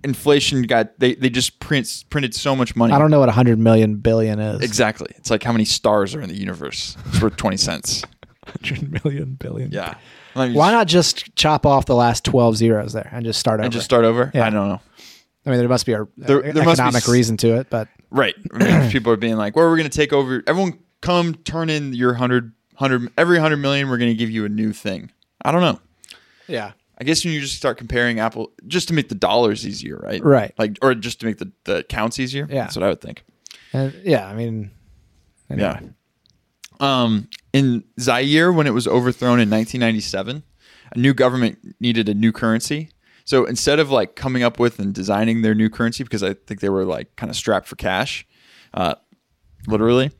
Speaker 2: Inflation got they they just print, printed so much money.
Speaker 1: I don't know what hundred million billion is.
Speaker 2: exactly. It's like how many stars are in the universe. It's worth 20 cents.
Speaker 1: Hundred million billion.
Speaker 2: Yeah. Let me
Speaker 1: Why
Speaker 2: just-
Speaker 1: not just chop off the last twelve zeros there and just start over?
Speaker 2: I just start over?
Speaker 1: Yeah.
Speaker 2: I don't know.
Speaker 1: I mean, there must be a
Speaker 2: There-
Speaker 1: a-
Speaker 2: there must be
Speaker 1: economic
Speaker 2: s-
Speaker 1: reason to it, but
Speaker 2: Right.
Speaker 1: (clears throat)
Speaker 2: I mean, people are being like, "Well, we're going to take over. Everyone come turn in your 100 100 every 100 million we're going to give you a new thing." I don't know.
Speaker 1: yeah,
Speaker 2: I guess when you just start comparing Apple, just to make the dollars easier, right?
Speaker 1: Right.
Speaker 2: Like, or just to make the, the counts easier.
Speaker 1: Yeah.
Speaker 2: That's what I would think.
Speaker 1: and, yeah. I mean,
Speaker 2: Yeah. Um, in Zaire, when it was overthrown in 1997, a new government needed a new currency. So instead of like coming up with and designing their new currency, because I think they were like kind of strapped for cash, uh, literally,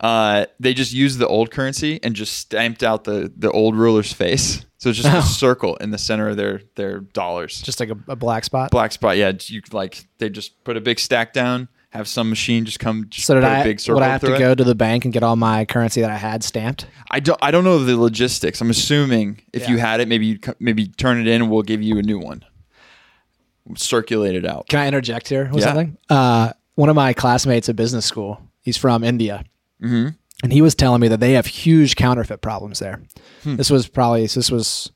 Speaker 2: Uh, they just used the old currency and just stamped out the the old ruler's face. So it's just
Speaker 1: (laughs)
Speaker 2: a circle in the center of their their dollars.
Speaker 1: Just like a, a black spot.
Speaker 2: black spot. Yeah, you like they just put a big stack down, have some machine just come just
Speaker 1: so did
Speaker 2: put
Speaker 1: I?
Speaker 2: a big circle
Speaker 1: Would I have to
Speaker 2: through it.
Speaker 1: go to the bank and get all my currency that I had stamped?
Speaker 2: I don't I don't know the logistics. I'm assuming if you
Speaker 1: Yeah.
Speaker 2: had it, maybe you'd, co- maybe you'd turn it in and we'll give you a new one. Circulate it out.
Speaker 1: Can I interject here with
Speaker 2: Yeah.
Speaker 1: something? Uh, one of my classmates at business school, he's from India.
Speaker 2: Mm-hmm.
Speaker 1: And he was telling me that they have huge counterfeit problems there.
Speaker 2: Hmm.
Speaker 1: This was probably, this was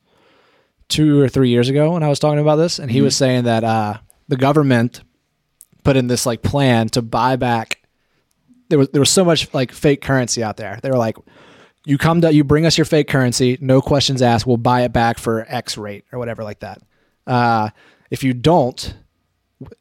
Speaker 1: two or three years ago when I was talking about this. And he
Speaker 2: Mm-hmm.
Speaker 1: was saying that uh, the government put in this like plan to buy back. There was, there was so much like fake currency out there. They were like, you come to, you bring us your fake currency, no questions asked. We'll buy it back for X rate or whatever like that. Uh, if you don't,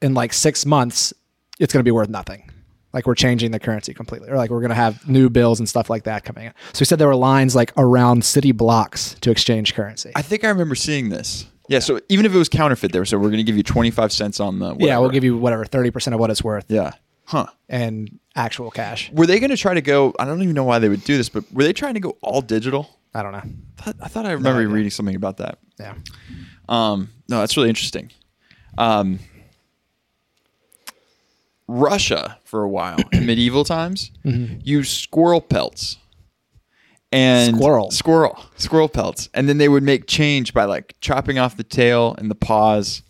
Speaker 1: in like six months, it's going to be worth nothing. Like we're changing the currency completely, or like we're going to have new bills and stuff like that coming in. So he said there were lines like around city blocks to exchange currency.
Speaker 2: I think I remember seeing this. Yeah, so even if it was counterfeit, they were so we're going to give you 25 cents on
Speaker 1: yeah,
Speaker 2: the
Speaker 1: we'll
Speaker 2: whatever."
Speaker 1: give you whatever thirty percent of what it's worth
Speaker 2: Yeah. Huh.
Speaker 1: and actual cash.
Speaker 2: Were they going to try to go I don't even know why they would do this, but were they trying to go all digital?
Speaker 1: I don't know.
Speaker 2: I thought I, thought I remember
Speaker 1: idea.
Speaker 2: reading something about that.
Speaker 1: Yeah,
Speaker 2: Um, no, that's really interesting. Um, Russia for a while in
Speaker 1: (clears throat)
Speaker 2: medieval times
Speaker 1: Mm-hmm.
Speaker 2: used squirrel pelts and
Speaker 1: Squirrel.
Speaker 2: squirrel, squirrel pelts, and then they would make change by like chopping off the tail and the paws.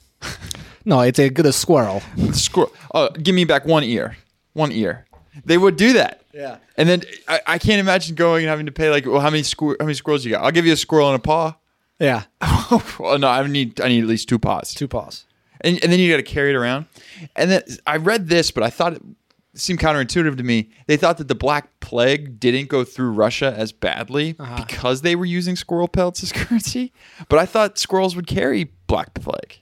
Speaker 1: no, it's a good as squirrel.
Speaker 2: Squirrel, oh, give me back one ear, one ear. They would do that.
Speaker 1: Yeah.
Speaker 2: and then I, I can't imagine going and having to pay like, well, how many squir- how many squirrels you got? I'll give you a squirrel and a paw. (laughs)
Speaker 1: Yeah,
Speaker 2: well, no, I need I need at least two paws.
Speaker 1: two paws.
Speaker 2: and, and then you got to carry it around. And then I read this, but I thought it seemed counterintuitive to me. They thought that the Black Plague didn't go through Russia as badly because they were using squirrel pelts as (laughs) currency. But I thought squirrels would carry Black Plague.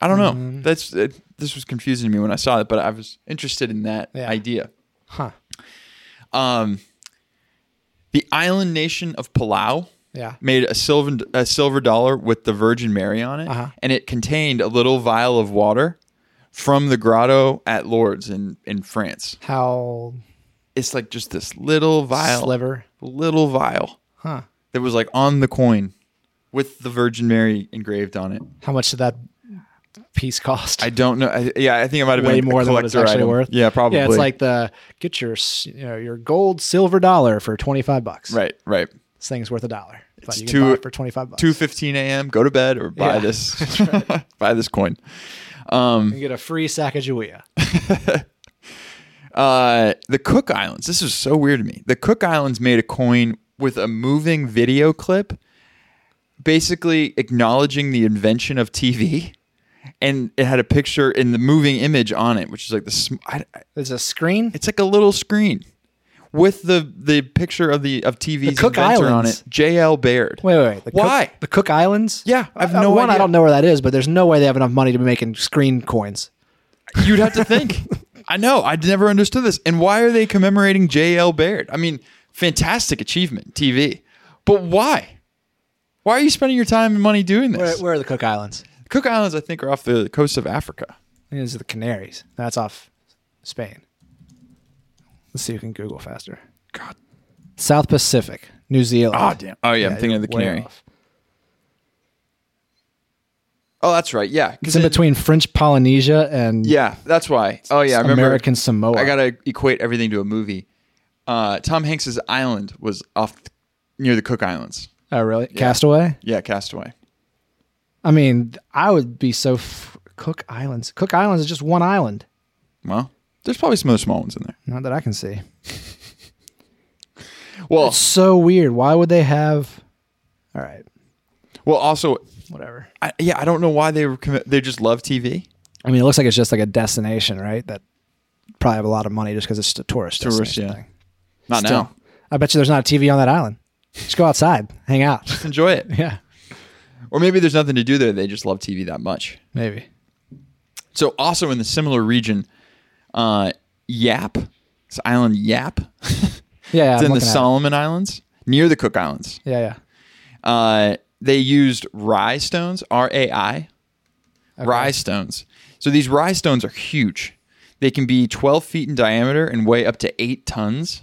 Speaker 2: I don't know. That's it, this was confusing to me when I saw it, but I was interested in that
Speaker 1: Yeah.
Speaker 2: idea.
Speaker 1: Huh.
Speaker 2: Um, the island nation of Palau
Speaker 1: Yeah.
Speaker 2: made a silver a silver dollar with the Virgin Mary on it,
Speaker 1: Uh-huh.
Speaker 2: and it contained a little vial of water from the grotto at Lourdes in in France.
Speaker 1: How
Speaker 2: It's like just this little vial,
Speaker 1: sliver?
Speaker 2: little vial
Speaker 1: Huh.
Speaker 2: that was like on the coin with the Virgin Mary engraved on it.
Speaker 1: How much did that piece cost?
Speaker 2: I don't know. I, yeah, I think it might have
Speaker 1: way
Speaker 2: been a
Speaker 1: more than what it's
Speaker 2: collector
Speaker 1: actually
Speaker 2: item.
Speaker 1: worth.
Speaker 2: Yeah,
Speaker 1: (laughs)
Speaker 2: probably.
Speaker 1: Yeah, it's like the get your s- you know, your gold silver dollar for twenty five bucks.
Speaker 2: right, right.
Speaker 1: this thing's worth a dollar. But
Speaker 2: It's
Speaker 1: you can buy
Speaker 2: two-
Speaker 1: it for twenty five bucks.
Speaker 2: Two fifteen a.m. Go to bed or buy
Speaker 1: Yeah. (laughs)
Speaker 2: this, (laughs) buy this coin.
Speaker 1: you get a free Sacagawea.
Speaker 2: Uh, the Cook Islands. This is so weird to me. The Cook Islands made a coin with a moving video clip, basically acknowledging the invention of TV, and it had a picture in the moving image on it, which is like the. Sm- I, I-
Speaker 1: There's a screen.
Speaker 2: it's like a little screen with the the picture of the of TV's
Speaker 1: Cook
Speaker 2: inventor
Speaker 1: Islands.
Speaker 2: on it. J.L. Baird.
Speaker 1: Wait, wait, wait. The
Speaker 2: Why?
Speaker 1: Cook, the Cook Islands?
Speaker 2: Yeah, I've
Speaker 1: Uh,
Speaker 2: no
Speaker 1: one. I
Speaker 2: idea.
Speaker 1: don't know where that is, but there's no way they have enough money to be making screen coins.
Speaker 2: You'd have to think. (laughs) I know. I'd never understood this. And why are they commemorating J.L. Baird? I mean, fantastic achievement, TV. But why? Why are you spending your time and money doing
Speaker 1: Where,
Speaker 2: this?
Speaker 1: where are the Cook Islands?
Speaker 2: The Cook Islands, I think, are off the coast of Africa.
Speaker 1: I think These are the Canaries. That's off Spain. Let's see if we can Google faster.
Speaker 2: God.
Speaker 1: South Pacific, New Zealand.
Speaker 2: Oh, damn. Oh, yeah. I'm
Speaker 1: Yeah,
Speaker 2: thinking of the
Speaker 1: you're way
Speaker 2: Canary.
Speaker 1: off.
Speaker 2: Oh, that's right. Yeah. 'cause
Speaker 1: It's in
Speaker 2: it-
Speaker 1: between French Polynesia and
Speaker 2: Yeah. That's why. Oh, yeah. I remember.
Speaker 1: American Samoa.
Speaker 2: I got to equate everything to a movie. Uh, Tom Hanks's island was off th- near the Cook Islands.
Speaker 1: oh, really? Castaway?
Speaker 2: Yeah. Castaway.
Speaker 1: I mean, I would be so. F- Cook Islands. Cook Islands is just one island.
Speaker 2: Well, there's probably some other small ones in there.
Speaker 1: Not that I can see.
Speaker 2: (laughs) Well,
Speaker 1: So weird. Why would they have? All right,
Speaker 2: well, also,
Speaker 1: whatever.
Speaker 2: I, yeah, I don't know why they were commi- they just love TV
Speaker 1: I mean, it looks like it's just like a destination, right? That probably have a lot of money just because it's just a tourist.
Speaker 2: tourists.
Speaker 1: destination
Speaker 2: Yeah,
Speaker 1: thing.
Speaker 2: not
Speaker 1: Still,
Speaker 2: now.
Speaker 1: I bet you there's not a TV on that island. Just go outside, hang out. (laughs)
Speaker 2: Just enjoy it,
Speaker 1: yeah,
Speaker 2: (laughs) or maybe there's nothing to do there. They just love TV that much.
Speaker 1: maybe.
Speaker 2: So also in the similar region, uh, Yap, this island Yap, (laughs) it's
Speaker 1: Yeah, yeah. I'm
Speaker 2: in the
Speaker 1: looking at it.
Speaker 2: Solomon Islands near the Cook Islands.
Speaker 1: Yeah, yeah.
Speaker 2: Uh, they used rye stones, R A I,
Speaker 1: Okay.
Speaker 2: rye stones. So these rye stones are huge. They can be 12 feet in diameter and weigh up to eight tons.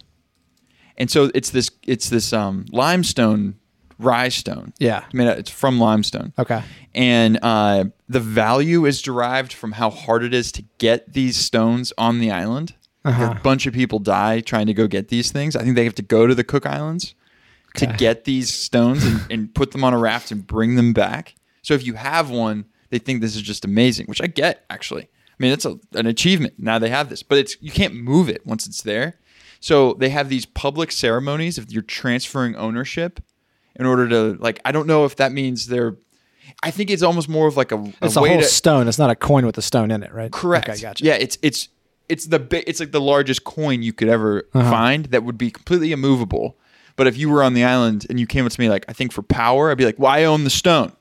Speaker 2: And so it's this it's this um, limestone rye stone.
Speaker 1: Yeah.
Speaker 2: I mean it's from limestone.
Speaker 1: Okay.
Speaker 2: And uh, the value is derived from how hard it is to get these stones on the island.
Speaker 1: Uh-huh.
Speaker 2: A bunch of people die trying to go get these things. I think they have to go to the Cook Islands to get these stones and, and put them on a raft and bring them back. So if you have one, they think this is just amazing, which I get actually. I mean, it's a, an achievement. Now they have this, but it's you can't move it once it's there. So they have these public ceremonies if you're transferring ownership in order to like I don't know if that means they're I think it's almost more of like a, a
Speaker 1: It's a
Speaker 2: way
Speaker 1: whole
Speaker 2: to
Speaker 1: stone. It's not a coin with a stone in it, right?
Speaker 2: Correct.
Speaker 1: Okay, gotcha.
Speaker 2: Yeah, it's it's it's the bi- it's like the largest coin you could ever
Speaker 1: Uh-huh.
Speaker 2: find that would be completely immovable. But if you were on the island and you came up to me like I think for power, I'd be like, "Well, I own the stone,"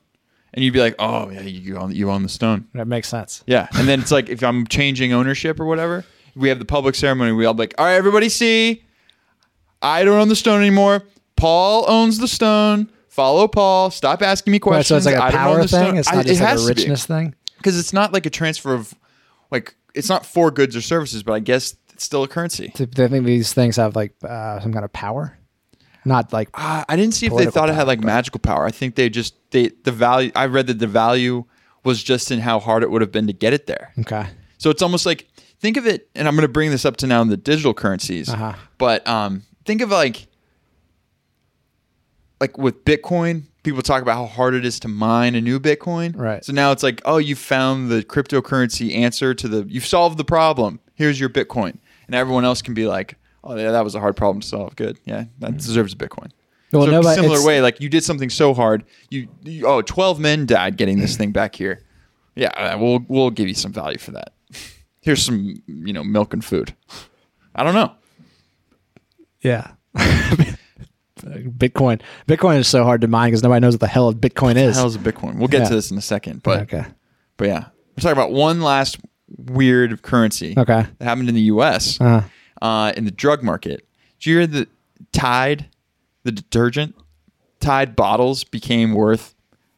Speaker 2: and you'd be like, "Oh yeah, you you own you own the stone."
Speaker 1: That makes sense.
Speaker 2: Yeah, and then it's like if I'm changing ownership or whatever, we have the public ceremony. We all be like, "All right, everybody, see, I don't own the stone anymore. Paul owns the stone." Follow Paul. Stop asking me
Speaker 1: Right, so
Speaker 2: questions.
Speaker 1: it's like
Speaker 2: I
Speaker 1: a
Speaker 2: don't own
Speaker 1: power
Speaker 2: the stone.
Speaker 1: thing. It's
Speaker 2: I-
Speaker 1: not
Speaker 2: it
Speaker 1: just like
Speaker 2: has
Speaker 1: a
Speaker 2: to be
Speaker 1: richness thing.
Speaker 2: because it's not like a transfer of like it's not for goods or services but i guess it's still a currency
Speaker 1: Do they think these things have like uh, some kind of power? Not like
Speaker 2: uh, i didn't see if they
Speaker 1: Political
Speaker 2: thought it had like magical power i think they just they the value i read that the value was just in how hard it would have been to get it there
Speaker 1: okay.
Speaker 2: so it's almost like think of it and i'm going to bring this up to now in the digital currencies
Speaker 1: Uh-huh.
Speaker 2: but um think of like like with bitcoin people talk about how hard it is to mine a new bitcoin
Speaker 1: Right.
Speaker 2: so now it's like oh you found the cryptocurrency answer to the you've solved the problem here's your bitcoin and everyone else can be like oh yeah that was a hard problem to solve good yeah
Speaker 1: Mm-hmm.
Speaker 2: that deserves a bitcoin
Speaker 1: Well,
Speaker 2: so
Speaker 1: nobody-
Speaker 2: similar
Speaker 1: it's-
Speaker 2: way like you did something so hard you, you oh 12 men died getting this thing back here yeah uh, we'll we'll give you some value for that here's some you know milk and food i don't know
Speaker 1: Yeah. (laughs) Bitcoin. Bitcoin is so hard to mine because nobody knows what the hell Bitcoin is.
Speaker 2: hell's a bitcoin we'll get
Speaker 1: Yeah.
Speaker 2: to this in a second but
Speaker 1: okay.
Speaker 2: But yeah, we're talking about one last weird currency
Speaker 1: Okay.
Speaker 2: that happened in the U.S.
Speaker 1: Uh,
Speaker 2: uh, in the drug market. Did you hear that Tide, the detergent, Tide bottles became worth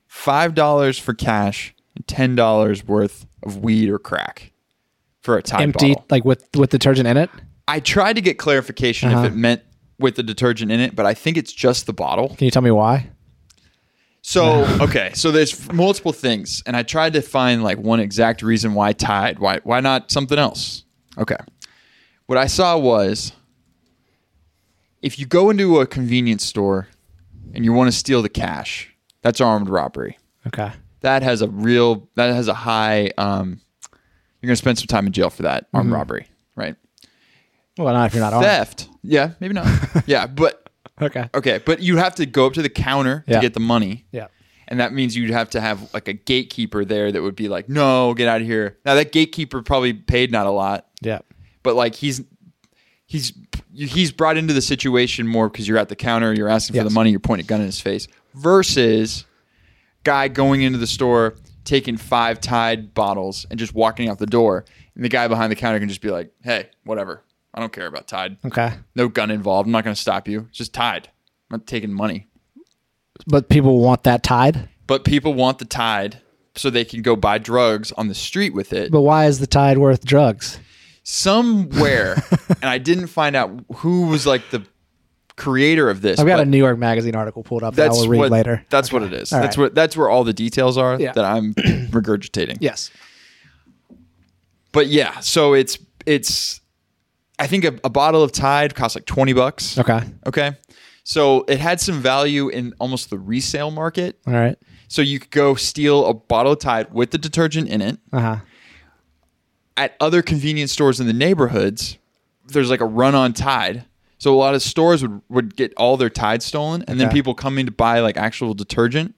Speaker 2: five dollars for cash and ten dollars worth of weed or crack for a Tide
Speaker 1: empty,
Speaker 2: bottle.
Speaker 1: like with with detergent in it.
Speaker 2: I tried to get clarification
Speaker 1: Uh-huh.
Speaker 2: if it meant with the detergent in it, but I think it's just the bottle.
Speaker 1: Can you tell me why?
Speaker 2: So (laughs) okay, so there's multiple things, and I tried to find like one exact reason why Tide, why why not something else? Okay, what I saw was if you go into a convenience store and you want to steal the cash, that's armed robbery.
Speaker 1: Okay.
Speaker 2: That has a real that has a high. Um, you're gonna spend some time in jail for that armed robbery, right?
Speaker 1: Well, not if you're not armed.
Speaker 2: Theft, yeah, maybe not, yeah, but
Speaker 1: Okay.
Speaker 2: okay, but you have to go up to the counter
Speaker 1: Yeah.
Speaker 2: to get the money.
Speaker 1: Yeah.
Speaker 2: And that means you'd have to have like a gatekeeper there that would be like, no, get out of here. Now that gatekeeper probably paid not a lot,
Speaker 1: Yeah.
Speaker 2: but like he's he's he's brought into the situation more because you're at the counter, you're asking for
Speaker 1: Yes.
Speaker 2: the money, you're pointing a gun in his face, versus guy going into the store, taking five Tide bottles and just walking out the door, and the guy behind the counter can just be like, hey, whatever, I don't care about Tide,
Speaker 1: Okay.
Speaker 2: no gun involved, I'm not going to stop you, it's just Tide, I'm not taking money.
Speaker 1: But people want that tide.
Speaker 2: but people want the tide so they can go buy drugs on the street with it
Speaker 1: But why is the tide worth drugs? (laughs)
Speaker 2: somewhere and i didn't find out who was like the creator of this
Speaker 1: I've got
Speaker 2: but
Speaker 1: a New York Magazine article pulled up that I
Speaker 2: that's
Speaker 1: will read
Speaker 2: what
Speaker 1: later.
Speaker 2: that's what it is
Speaker 1: All
Speaker 2: that's
Speaker 1: right.
Speaker 2: what that's where all the details are
Speaker 1: Yeah. (clears throat)
Speaker 2: that i'm regurgitating
Speaker 1: Yes.
Speaker 2: but yeah so it's it's i think a, a bottle of tide costs like 20 bucks
Speaker 1: Okay.
Speaker 2: okay so it had some value in almost the resale market
Speaker 1: All right.
Speaker 2: so you could go steal a bottle of tide with the detergent in it
Speaker 1: Uh huh.
Speaker 2: at other convenience stores in the neighborhoods, there's like a run on Tide. So a lot of stores would, would get all their Tide stolen, and then
Speaker 1: Okay.
Speaker 2: people coming to buy like actual detergent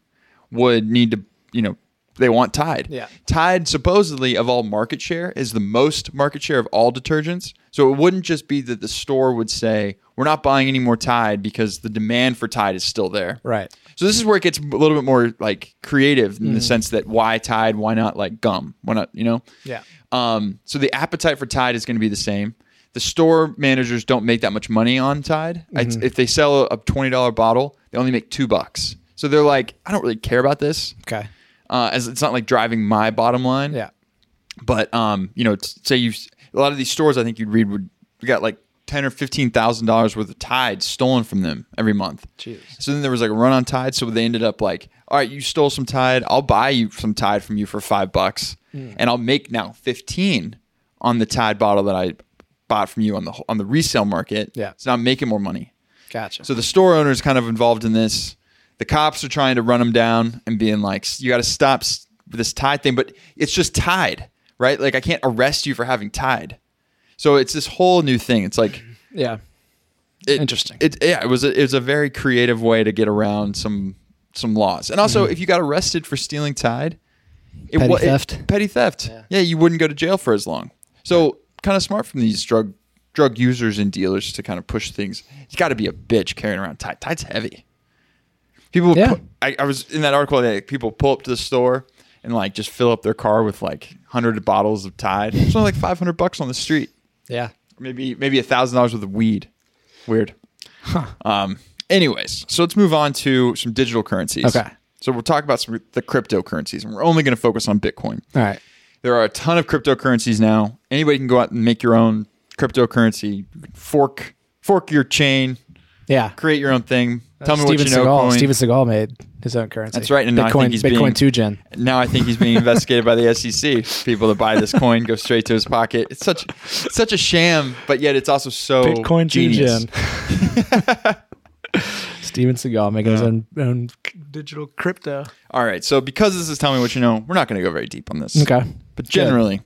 Speaker 2: would need to, you know, they want Tide.
Speaker 1: Yeah.
Speaker 2: Tide supposedly of all market share is the most market share of all detergents. So it wouldn't just be that the store would say, "We're not buying any more Tide because the demand for Tide is still there."
Speaker 1: Right.
Speaker 2: So this is where it gets a little bit more like creative
Speaker 1: Mm.
Speaker 2: in the sense that why Tide, why not like gum, why not, you know?
Speaker 1: Yeah.
Speaker 2: Um, so the appetite for Tide is going to be the same. The store managers don't make that much money on Tide. It's- If they sell a twenty dollar bottle, they only make two bucks. So they're like, I don't really care about this.
Speaker 1: Okay.
Speaker 2: Uh, as it's not like driving my bottom line.
Speaker 1: Yeah.
Speaker 2: But um, you know, t- say you a lot of these stores, I think you'd read would we got like ten or fifteen thousand dollars worth of Tide stolen from them every month.
Speaker 1: Jeez.
Speaker 2: So then there was like a run on Tide, so they ended up like, all right, you stole some Tide, I'll buy you some Tide from you for five bucks,
Speaker 1: Hmm.
Speaker 2: and I'll make now fifteen on the Tide bottle that I bought from you on the wh- on the resale market.
Speaker 1: Yeah.
Speaker 2: so now I'm making more money.
Speaker 1: Gotcha.
Speaker 2: So the store owner is kind of involved in this. The cops are trying to run them down and being like, "You got to stop s- this tide thing." But it's just tide, right? Like I can't arrest you for having tide. So it's this whole new thing. It's like
Speaker 1: yeah.
Speaker 2: it-
Speaker 1: Interesting.
Speaker 2: It yeah, it was a, it was a very creative way to get around some some laws. And also, if you got arrested for stealing Tide, it,
Speaker 1: Mm-hmm. Petty
Speaker 2: wa- it-
Speaker 1: theft.
Speaker 2: petty theft. Yeah. you wouldn't go to jail for as long. So kind of smart from these drug drug users and dealers to kind of push things. It's got to be a bitch carrying around Tide. Tide's heavy. People,
Speaker 1: Yeah.
Speaker 2: pu- I, I was in that article. Like, people pull up to the store and like just fill up their car with like hundred bottles of Tide. It's only like five hundred bucks on the street
Speaker 1: Yeah.
Speaker 2: maybe maybe a thousand dollars worth of weed. Weird. Um. Anyways, so let's move on to some digital currencies.
Speaker 1: Okay.
Speaker 2: So we'll talk about some the cryptocurrencies, and we're only going to focus on Bitcoin.
Speaker 1: All right.
Speaker 2: There are a ton of cryptocurrencies now. Anybody can go out and make your own cryptocurrency. You can Fork fork your chain,
Speaker 1: Yeah.
Speaker 2: create your own thing. Tell me
Speaker 1: Steven
Speaker 2: what you know.
Speaker 1: Seagal.
Speaker 2: coin.
Speaker 1: Steven Seagal made his own currency.
Speaker 2: That's right, and I
Speaker 1: Bitcoin.
Speaker 2: think he's
Speaker 1: Bitcoin
Speaker 2: being-
Speaker 1: two gen.
Speaker 2: Now I think he's being investigated by the (laughs) SEC. People that buy this coin go straight to his pocket. It's such such a sham, but yet it's also so
Speaker 1: Bitcoin two
Speaker 2: genius.
Speaker 1: gen. (laughs) Steven Seagal making his own, own digital crypto.
Speaker 2: All right. So because this is tell me what you know, we're not going to go very deep on this.
Speaker 1: Okay.
Speaker 2: But
Speaker 1: Good.
Speaker 2: generally,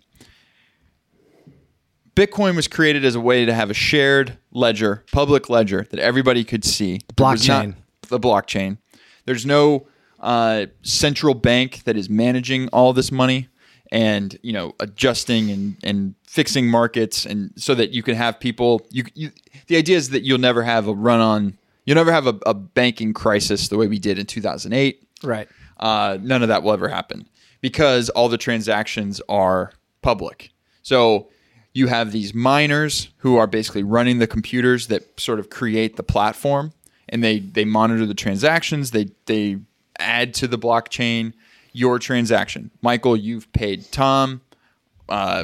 Speaker 2: Bitcoin was created as a way to have a shared ledger, public ledger that everybody could see. There was not-
Speaker 1: Blockchain.
Speaker 2: the blockchain. There's no uh, central bank that is managing all this money and you know adjusting and and fixing markets and so that you can have people. You, you the idea is that you'll never have a run on. You'll never have a, a banking crisis the way we did in 2008
Speaker 1: Right.
Speaker 2: uh, none of that will ever happen because all the transactions are public. So you have these miners who are basically running the computers that sort of create the platform, and they they monitor the transactions. They they add to the blockchain your transaction. Michael, you've paid Tom uh,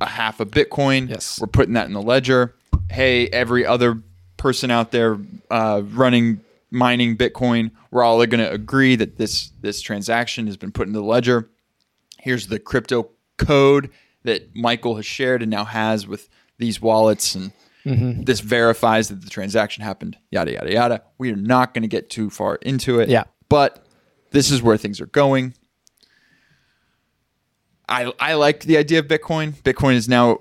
Speaker 2: a half a Bitcoin.
Speaker 1: Yes.
Speaker 2: We're putting that in the ledger. Hey, every other person out there uh, running mining Bitcoin, we're all going to agree that this this transaction has been put in the ledger. Here's the crypto code that Michael has shared and now has with these wallets and.
Speaker 1: Mm-hmm.
Speaker 2: This verifies that the transaction happened, yada, yada, yada. We are not going to get too far into it.
Speaker 1: Yeah.
Speaker 2: But this is where things are going. I I like the idea of Bitcoin. Bitcoin is now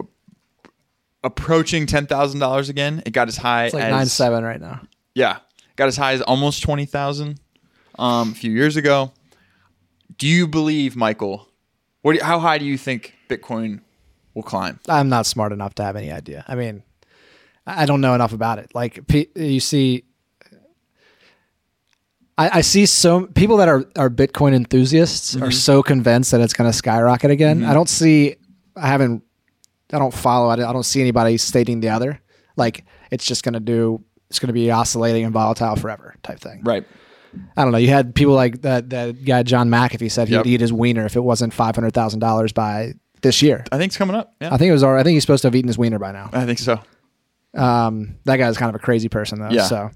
Speaker 2: approaching ten thousand dollars again. It got as high
Speaker 1: It's like
Speaker 2: as
Speaker 1: nine seven right now.
Speaker 2: yeah, got as high as almost twenty thousand um, a few years ago. Do you believe, Michael? What? Do you, how high do you think Bitcoin will climb?
Speaker 1: I'm not smart enough to have any idea. I mean, I I don't know enough about it. Like pe- you see, I, I see so people that are are Bitcoin enthusiasts
Speaker 2: Mm-hmm.
Speaker 1: are so convinced that it's going to skyrocket again. I don't see. I haven't. I don't follow. I don't I don't see anybody stating the other. Like it's just going to do. It's going to be oscillating and volatile forever type thing.
Speaker 2: Right.
Speaker 1: I don't know. You had people like that. That guy John McAfee said he'd
Speaker 2: Yep.
Speaker 1: eat his wiener if it wasn't five hundred thousand dollars by this year.
Speaker 2: I think it's coming up. Yeah.
Speaker 1: I think it was. alre- I think he's supposed to have eaten his wiener by now.
Speaker 2: I think so.
Speaker 1: Um, that guy's kind of a crazy person though.
Speaker 2: Yeah.
Speaker 1: So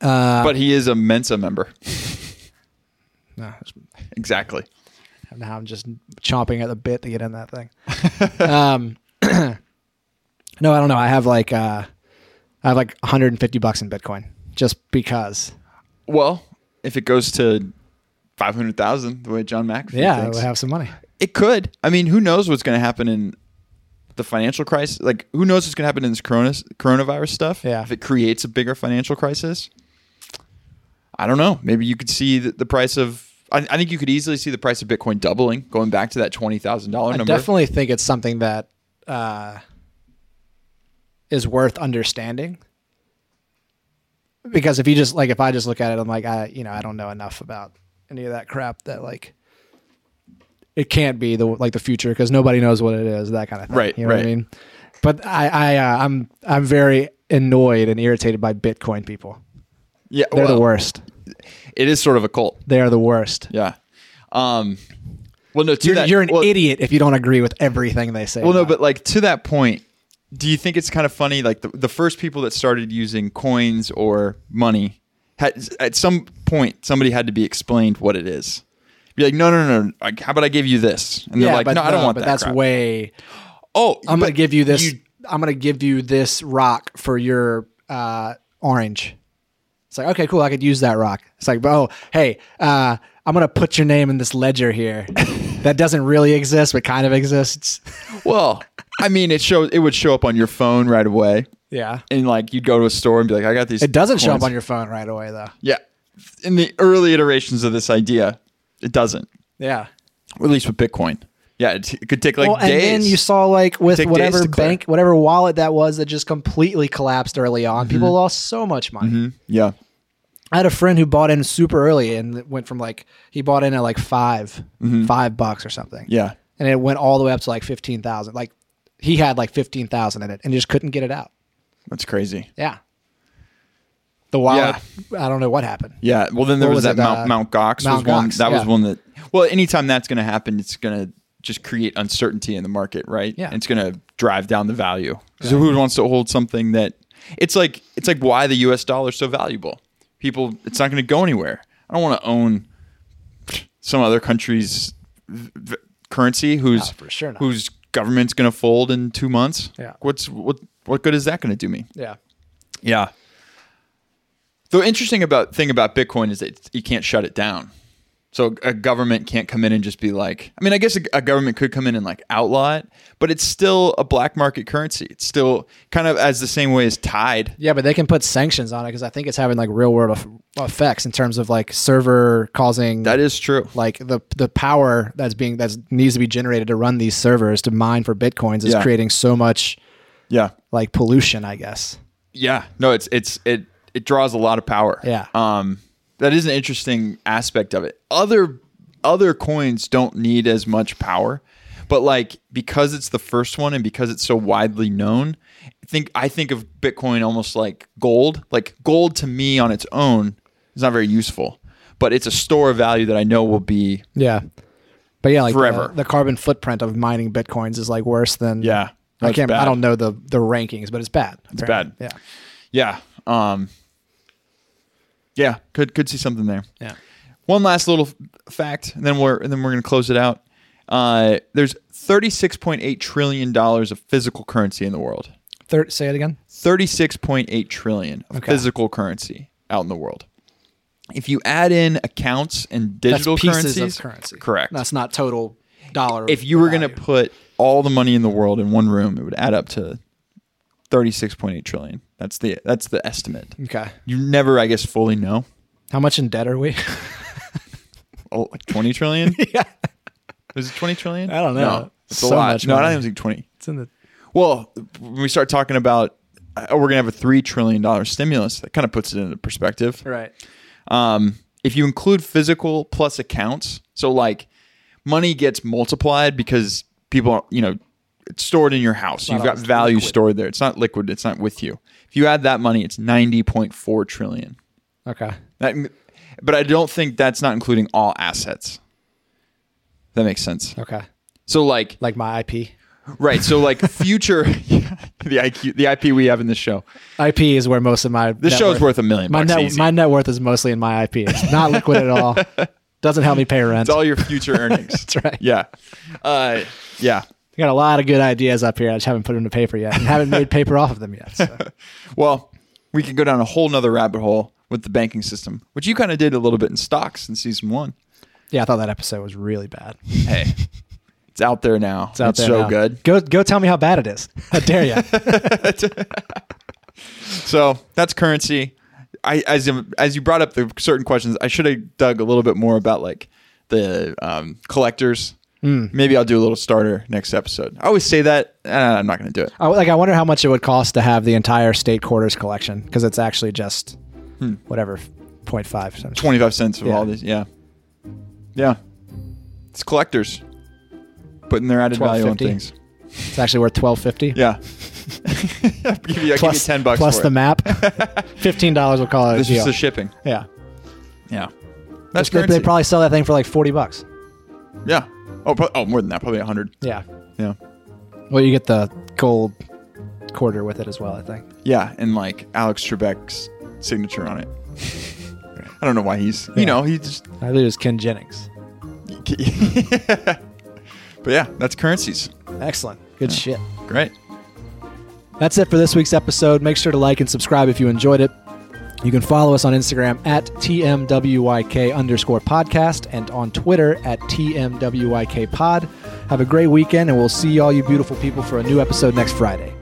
Speaker 1: Uh,
Speaker 2: but he is a Mensa member. (laughs)
Speaker 1: no,
Speaker 2: exactly.
Speaker 1: now I'm just chomping at the bit to get in that thing. (laughs) um, (clears throat) no, I don't know. I have like uh, I have like 150 bucks in Bitcoin just because.
Speaker 2: Well, if it goes to five hundred thousand, the way John McAfee
Speaker 1: Yeah, I
Speaker 2: thinks,
Speaker 1: would have some money.
Speaker 2: It could. I mean, who knows what's going to happen in the financial crisis? Like, who knows what's going to happen in this corona, coronavirus stuff?
Speaker 1: Yeah.
Speaker 2: If it creates a bigger financial crisis, I don't know. Maybe you could see the, the price of. I, I think you could easily see the price of Bitcoin doubling, going back to that twenty thousand dollar
Speaker 1: I
Speaker 2: number.
Speaker 1: definitely think it's something that uh, is worth understanding. Because if you just like, if I just look at it, I'm like, I you know, I don't know enough about any of that crap that like it can't be the like the future because nobody knows what it is that kind of thing.
Speaker 2: Right,
Speaker 1: You know what I
Speaker 2: right.
Speaker 1: mean? But I I uh, I'm I'm very annoyed and irritated by Bitcoin people.
Speaker 2: yeah,
Speaker 1: They're
Speaker 2: well,
Speaker 1: the worst.
Speaker 2: It is sort of a cult.
Speaker 1: They are the worst.
Speaker 2: Yeah. Um, Well, no, to
Speaker 1: You're,
Speaker 2: that,
Speaker 1: you're an
Speaker 2: well,
Speaker 1: idiot if you don't agree with everything they say.
Speaker 2: Well, no,
Speaker 1: about it.
Speaker 2: but like to that point, do you think it's kind of funny? Like the, the first people that started using coins or money had at some point somebody had to be explained what it is. Be like, no, no, no, no. Like, how about I give you this? And they're
Speaker 1: yeah,
Speaker 2: like,
Speaker 1: but
Speaker 2: no, I don't
Speaker 1: no,
Speaker 2: want
Speaker 1: but
Speaker 2: that.
Speaker 1: That's
Speaker 2: crap.
Speaker 1: way.
Speaker 2: Oh,
Speaker 1: I'm gonna
Speaker 2: but
Speaker 1: give you this.
Speaker 2: you-
Speaker 1: I'm gonna give you this rock for your uh, orange. It's like okay, cool. I could use that rock. It's like, oh, hey, uh, I'm gonna put your name in this ledger
Speaker 2: (laughs)
Speaker 1: here. that doesn't really exist, but kind of exists.
Speaker 2: well, I mean, it shows. It would show up on your phone right away,
Speaker 1: yeah.
Speaker 2: and like you'd go to a store and be like, I got these.
Speaker 1: It doesn't show up
Speaker 2: coins.
Speaker 1: on your phone right away though.
Speaker 2: Yeah, in the early iterations of this idea, it doesn't.
Speaker 1: Yeah.
Speaker 2: Or at least with Bitcoin. Yeah, it, it could take like
Speaker 1: well,
Speaker 2: days.
Speaker 1: Oh, and then you saw like with
Speaker 2: Take days
Speaker 1: whatever
Speaker 2: to clear.
Speaker 1: bank, whatever wallet that was that just completely collapsed early on.
Speaker 2: Mm-hmm.
Speaker 1: People lost so much money.
Speaker 2: Mhm. Yeah.
Speaker 1: I had a friend who bought in super early and it went from like he bought in at like 5
Speaker 2: Mm-hmm.
Speaker 1: five bucks or something,
Speaker 2: Yeah.
Speaker 1: and it went all the way up to like fifteen thousand. Like he had like fifteen thousand in it and he just couldn't get it out.
Speaker 2: That's crazy.
Speaker 1: Yeah, the wallet. I don't know what happened.
Speaker 2: Yeah. Well, then there
Speaker 1: What
Speaker 2: was,
Speaker 1: was
Speaker 2: that
Speaker 1: it,
Speaker 2: Mount,
Speaker 1: uh,
Speaker 2: Mount Gox was
Speaker 1: Mt.
Speaker 2: one.
Speaker 1: Gox,
Speaker 2: That was
Speaker 1: yeah.
Speaker 2: one that. Well, anytime that's going to happen, it's going to just create uncertainty in the market, right?
Speaker 1: Yeah.
Speaker 2: It's going to drive down the value. So who wants to hold something that? It's like it's like why the U.S. dollar is so valuable. People, it's not going to go anywhere. I don't want to own some other country's v- v- currency, whose
Speaker 1: No, Ah, for sure not.
Speaker 2: whose government's going to fold in two months.
Speaker 1: Yeah.
Speaker 2: What's what? What good is that going to do me?
Speaker 1: Yeah,
Speaker 2: Yeah. The interesting about thing about Bitcoin is that you can't shut it down. So a government can't come in and just be like, I mean, I guess a, a government could come in and like outlaw it, but it's still a black market currency. It's still kind of as the same way as Tide.
Speaker 1: yeah, but they can put sanctions on it because I think it's having like real world eff- effects in terms of like server causing
Speaker 2: That is true.
Speaker 1: like the the power that's being that's needs to be generated to run these servers to mine for bitcoins is
Speaker 2: Yeah.
Speaker 1: creating so much
Speaker 2: Yeah.
Speaker 1: like pollution i guess
Speaker 2: Yeah. No, it's it's it it draws a lot of power.
Speaker 1: Yeah.
Speaker 2: Um that is an interesting aspect of it. Other other coins don't need as much power, but like because it's the first one and because it's so widely known, I think I think of Bitcoin almost like gold. Like gold to me on its own is not very useful, but it's a store of value that I know will be
Speaker 1: yeah but yeah like the-
Speaker 2: Forever.
Speaker 1: The, carbon footprint of mining bitcoins is like worse than
Speaker 2: Yeah. No,
Speaker 1: i
Speaker 2: it's
Speaker 1: can't
Speaker 2: bad.
Speaker 1: i don't know the the rankings but it's bad it's
Speaker 2: bad.
Speaker 1: yeah
Speaker 2: yeah. Um Yeah, could could see something there.
Speaker 1: yeah
Speaker 2: One last little f- fact, and then we're and then we're going to close it out. Uh, there's 36.8 trillion dollars of physical currency in the world.
Speaker 1: Third, say it again
Speaker 2: 36.8 trillion of
Speaker 1: Okay.
Speaker 2: physical currency out in the world. If you add in accounts and digital
Speaker 1: that's pieces
Speaker 2: currencies,
Speaker 1: of currency
Speaker 2: correct.
Speaker 1: that's not total dollar
Speaker 2: if you were going to
Speaker 1: value.
Speaker 2: put all the money in the world in one room, it would add up to 36.8 trillion. That's the that's the estimate.
Speaker 1: okay
Speaker 2: You never, I guess, fully know.
Speaker 1: how much in debt are we (laughs)
Speaker 2: Oh, like 20 trillion?
Speaker 1: yeah
Speaker 2: Is it 20 trillion?
Speaker 1: I don't know.
Speaker 2: No, it's a
Speaker 1: So
Speaker 2: lot.
Speaker 1: much
Speaker 2: no, I
Speaker 1: money.
Speaker 2: don't think it's like 20.
Speaker 1: it's in the
Speaker 2: Well, when we start talking about, oh, we're going to have a $3 trillion stimulus, that kind of puts it into perspective.
Speaker 1: right
Speaker 2: Um, if you include physical plus accounts, so like money gets multiplied because people, you know, it's stored in your house. You've got
Speaker 1: always
Speaker 2: value stored there. It's not liquid. It's not with you. If you add that money, it's 90.4 trillion.
Speaker 1: okay
Speaker 2: That, but I don't think that's not including all assets. That makes sense.
Speaker 1: okay
Speaker 2: So like
Speaker 1: like my ip
Speaker 2: Right. So
Speaker 1: (laughs)
Speaker 2: like future (laughs) the IQ the IP we have in this show.
Speaker 1: IP is where most of my
Speaker 2: This show's worth a million
Speaker 1: my
Speaker 2: bucks
Speaker 1: net
Speaker 2: easy.
Speaker 1: my net worth is mostly in my IP. It's not liquid at
Speaker 2: (laughs)
Speaker 1: all. Doesn't help me pay rent.
Speaker 2: It's all your future
Speaker 1: (laughs)
Speaker 2: earnings.
Speaker 1: That's right.
Speaker 2: Yeah. Uh, yeah.
Speaker 1: I got a lot of good ideas up here. I just haven't put them to paper yet, and haven't made paper off of them yet. So. (laughs)
Speaker 2: Well, we could go down a whole nother rabbit hole with the banking system, which you kind of did a little bit in stocks in season one.
Speaker 1: Yeah, I thought that episode was really bad. It's
Speaker 2: Hey, it's out there now. It's
Speaker 1: out there
Speaker 2: so
Speaker 1: now.
Speaker 2: good.
Speaker 1: Go go tell me how bad it
Speaker 2: (laughs)
Speaker 1: is. How dare you?
Speaker 2: So that's currency. I as you- as you brought up the certain questions, I should have dug a little bit more about like the um, collectors.
Speaker 1: Hmm.
Speaker 2: Maybe I'll do a little starter next episode. I always say that, and I'm not going to do it.
Speaker 1: I, like I wonder how much it would cost to have the entire state quarters collection because it's actually just
Speaker 2: Hmm.
Speaker 1: whatever 0.5 or something.
Speaker 2: 25 cents of
Speaker 1: Yeah.
Speaker 2: all these. Yeah. Yeah. It's collectors putting their added value on
Speaker 1: 12.50.
Speaker 2: things.
Speaker 1: It's actually worth 12.50.
Speaker 2: Yeah. (laughs) I'll give you, I'll
Speaker 1: Plus,
Speaker 2: give you 10 bucks
Speaker 1: plus
Speaker 2: for
Speaker 1: the
Speaker 2: it.
Speaker 1: map.
Speaker 2: (laughs)
Speaker 1: $15 dollars will call it a
Speaker 2: This is
Speaker 1: deal.
Speaker 2: the shipping.
Speaker 1: yeah.
Speaker 2: Yeah. That's
Speaker 1: They,
Speaker 2: currency.
Speaker 1: they probably sell that thing for like 40 bucks.
Speaker 2: Yeah. Oh, pro- oh, more than that, probably a hundred.
Speaker 1: Yeah.
Speaker 2: Yeah.
Speaker 1: Well, you get the gold quarter with it as well, I think.
Speaker 2: Yeah, and like Alex Trebek's signature on it. I don't know why he's, you know, he just. (laughs)
Speaker 1: I believe it was Ken Jennings.
Speaker 2: but yeah, that's currencies.
Speaker 1: Excellent. Good shit.
Speaker 2: Great.
Speaker 1: That's it for this week's episode. Make sure to like and subscribe if you enjoyed it. You can follow us on Instagram at TMWYK underscore podcast and on Twitter at TMWYK pod. Have a great weekend, and we'll see all you beautiful people for a new episode next Friday.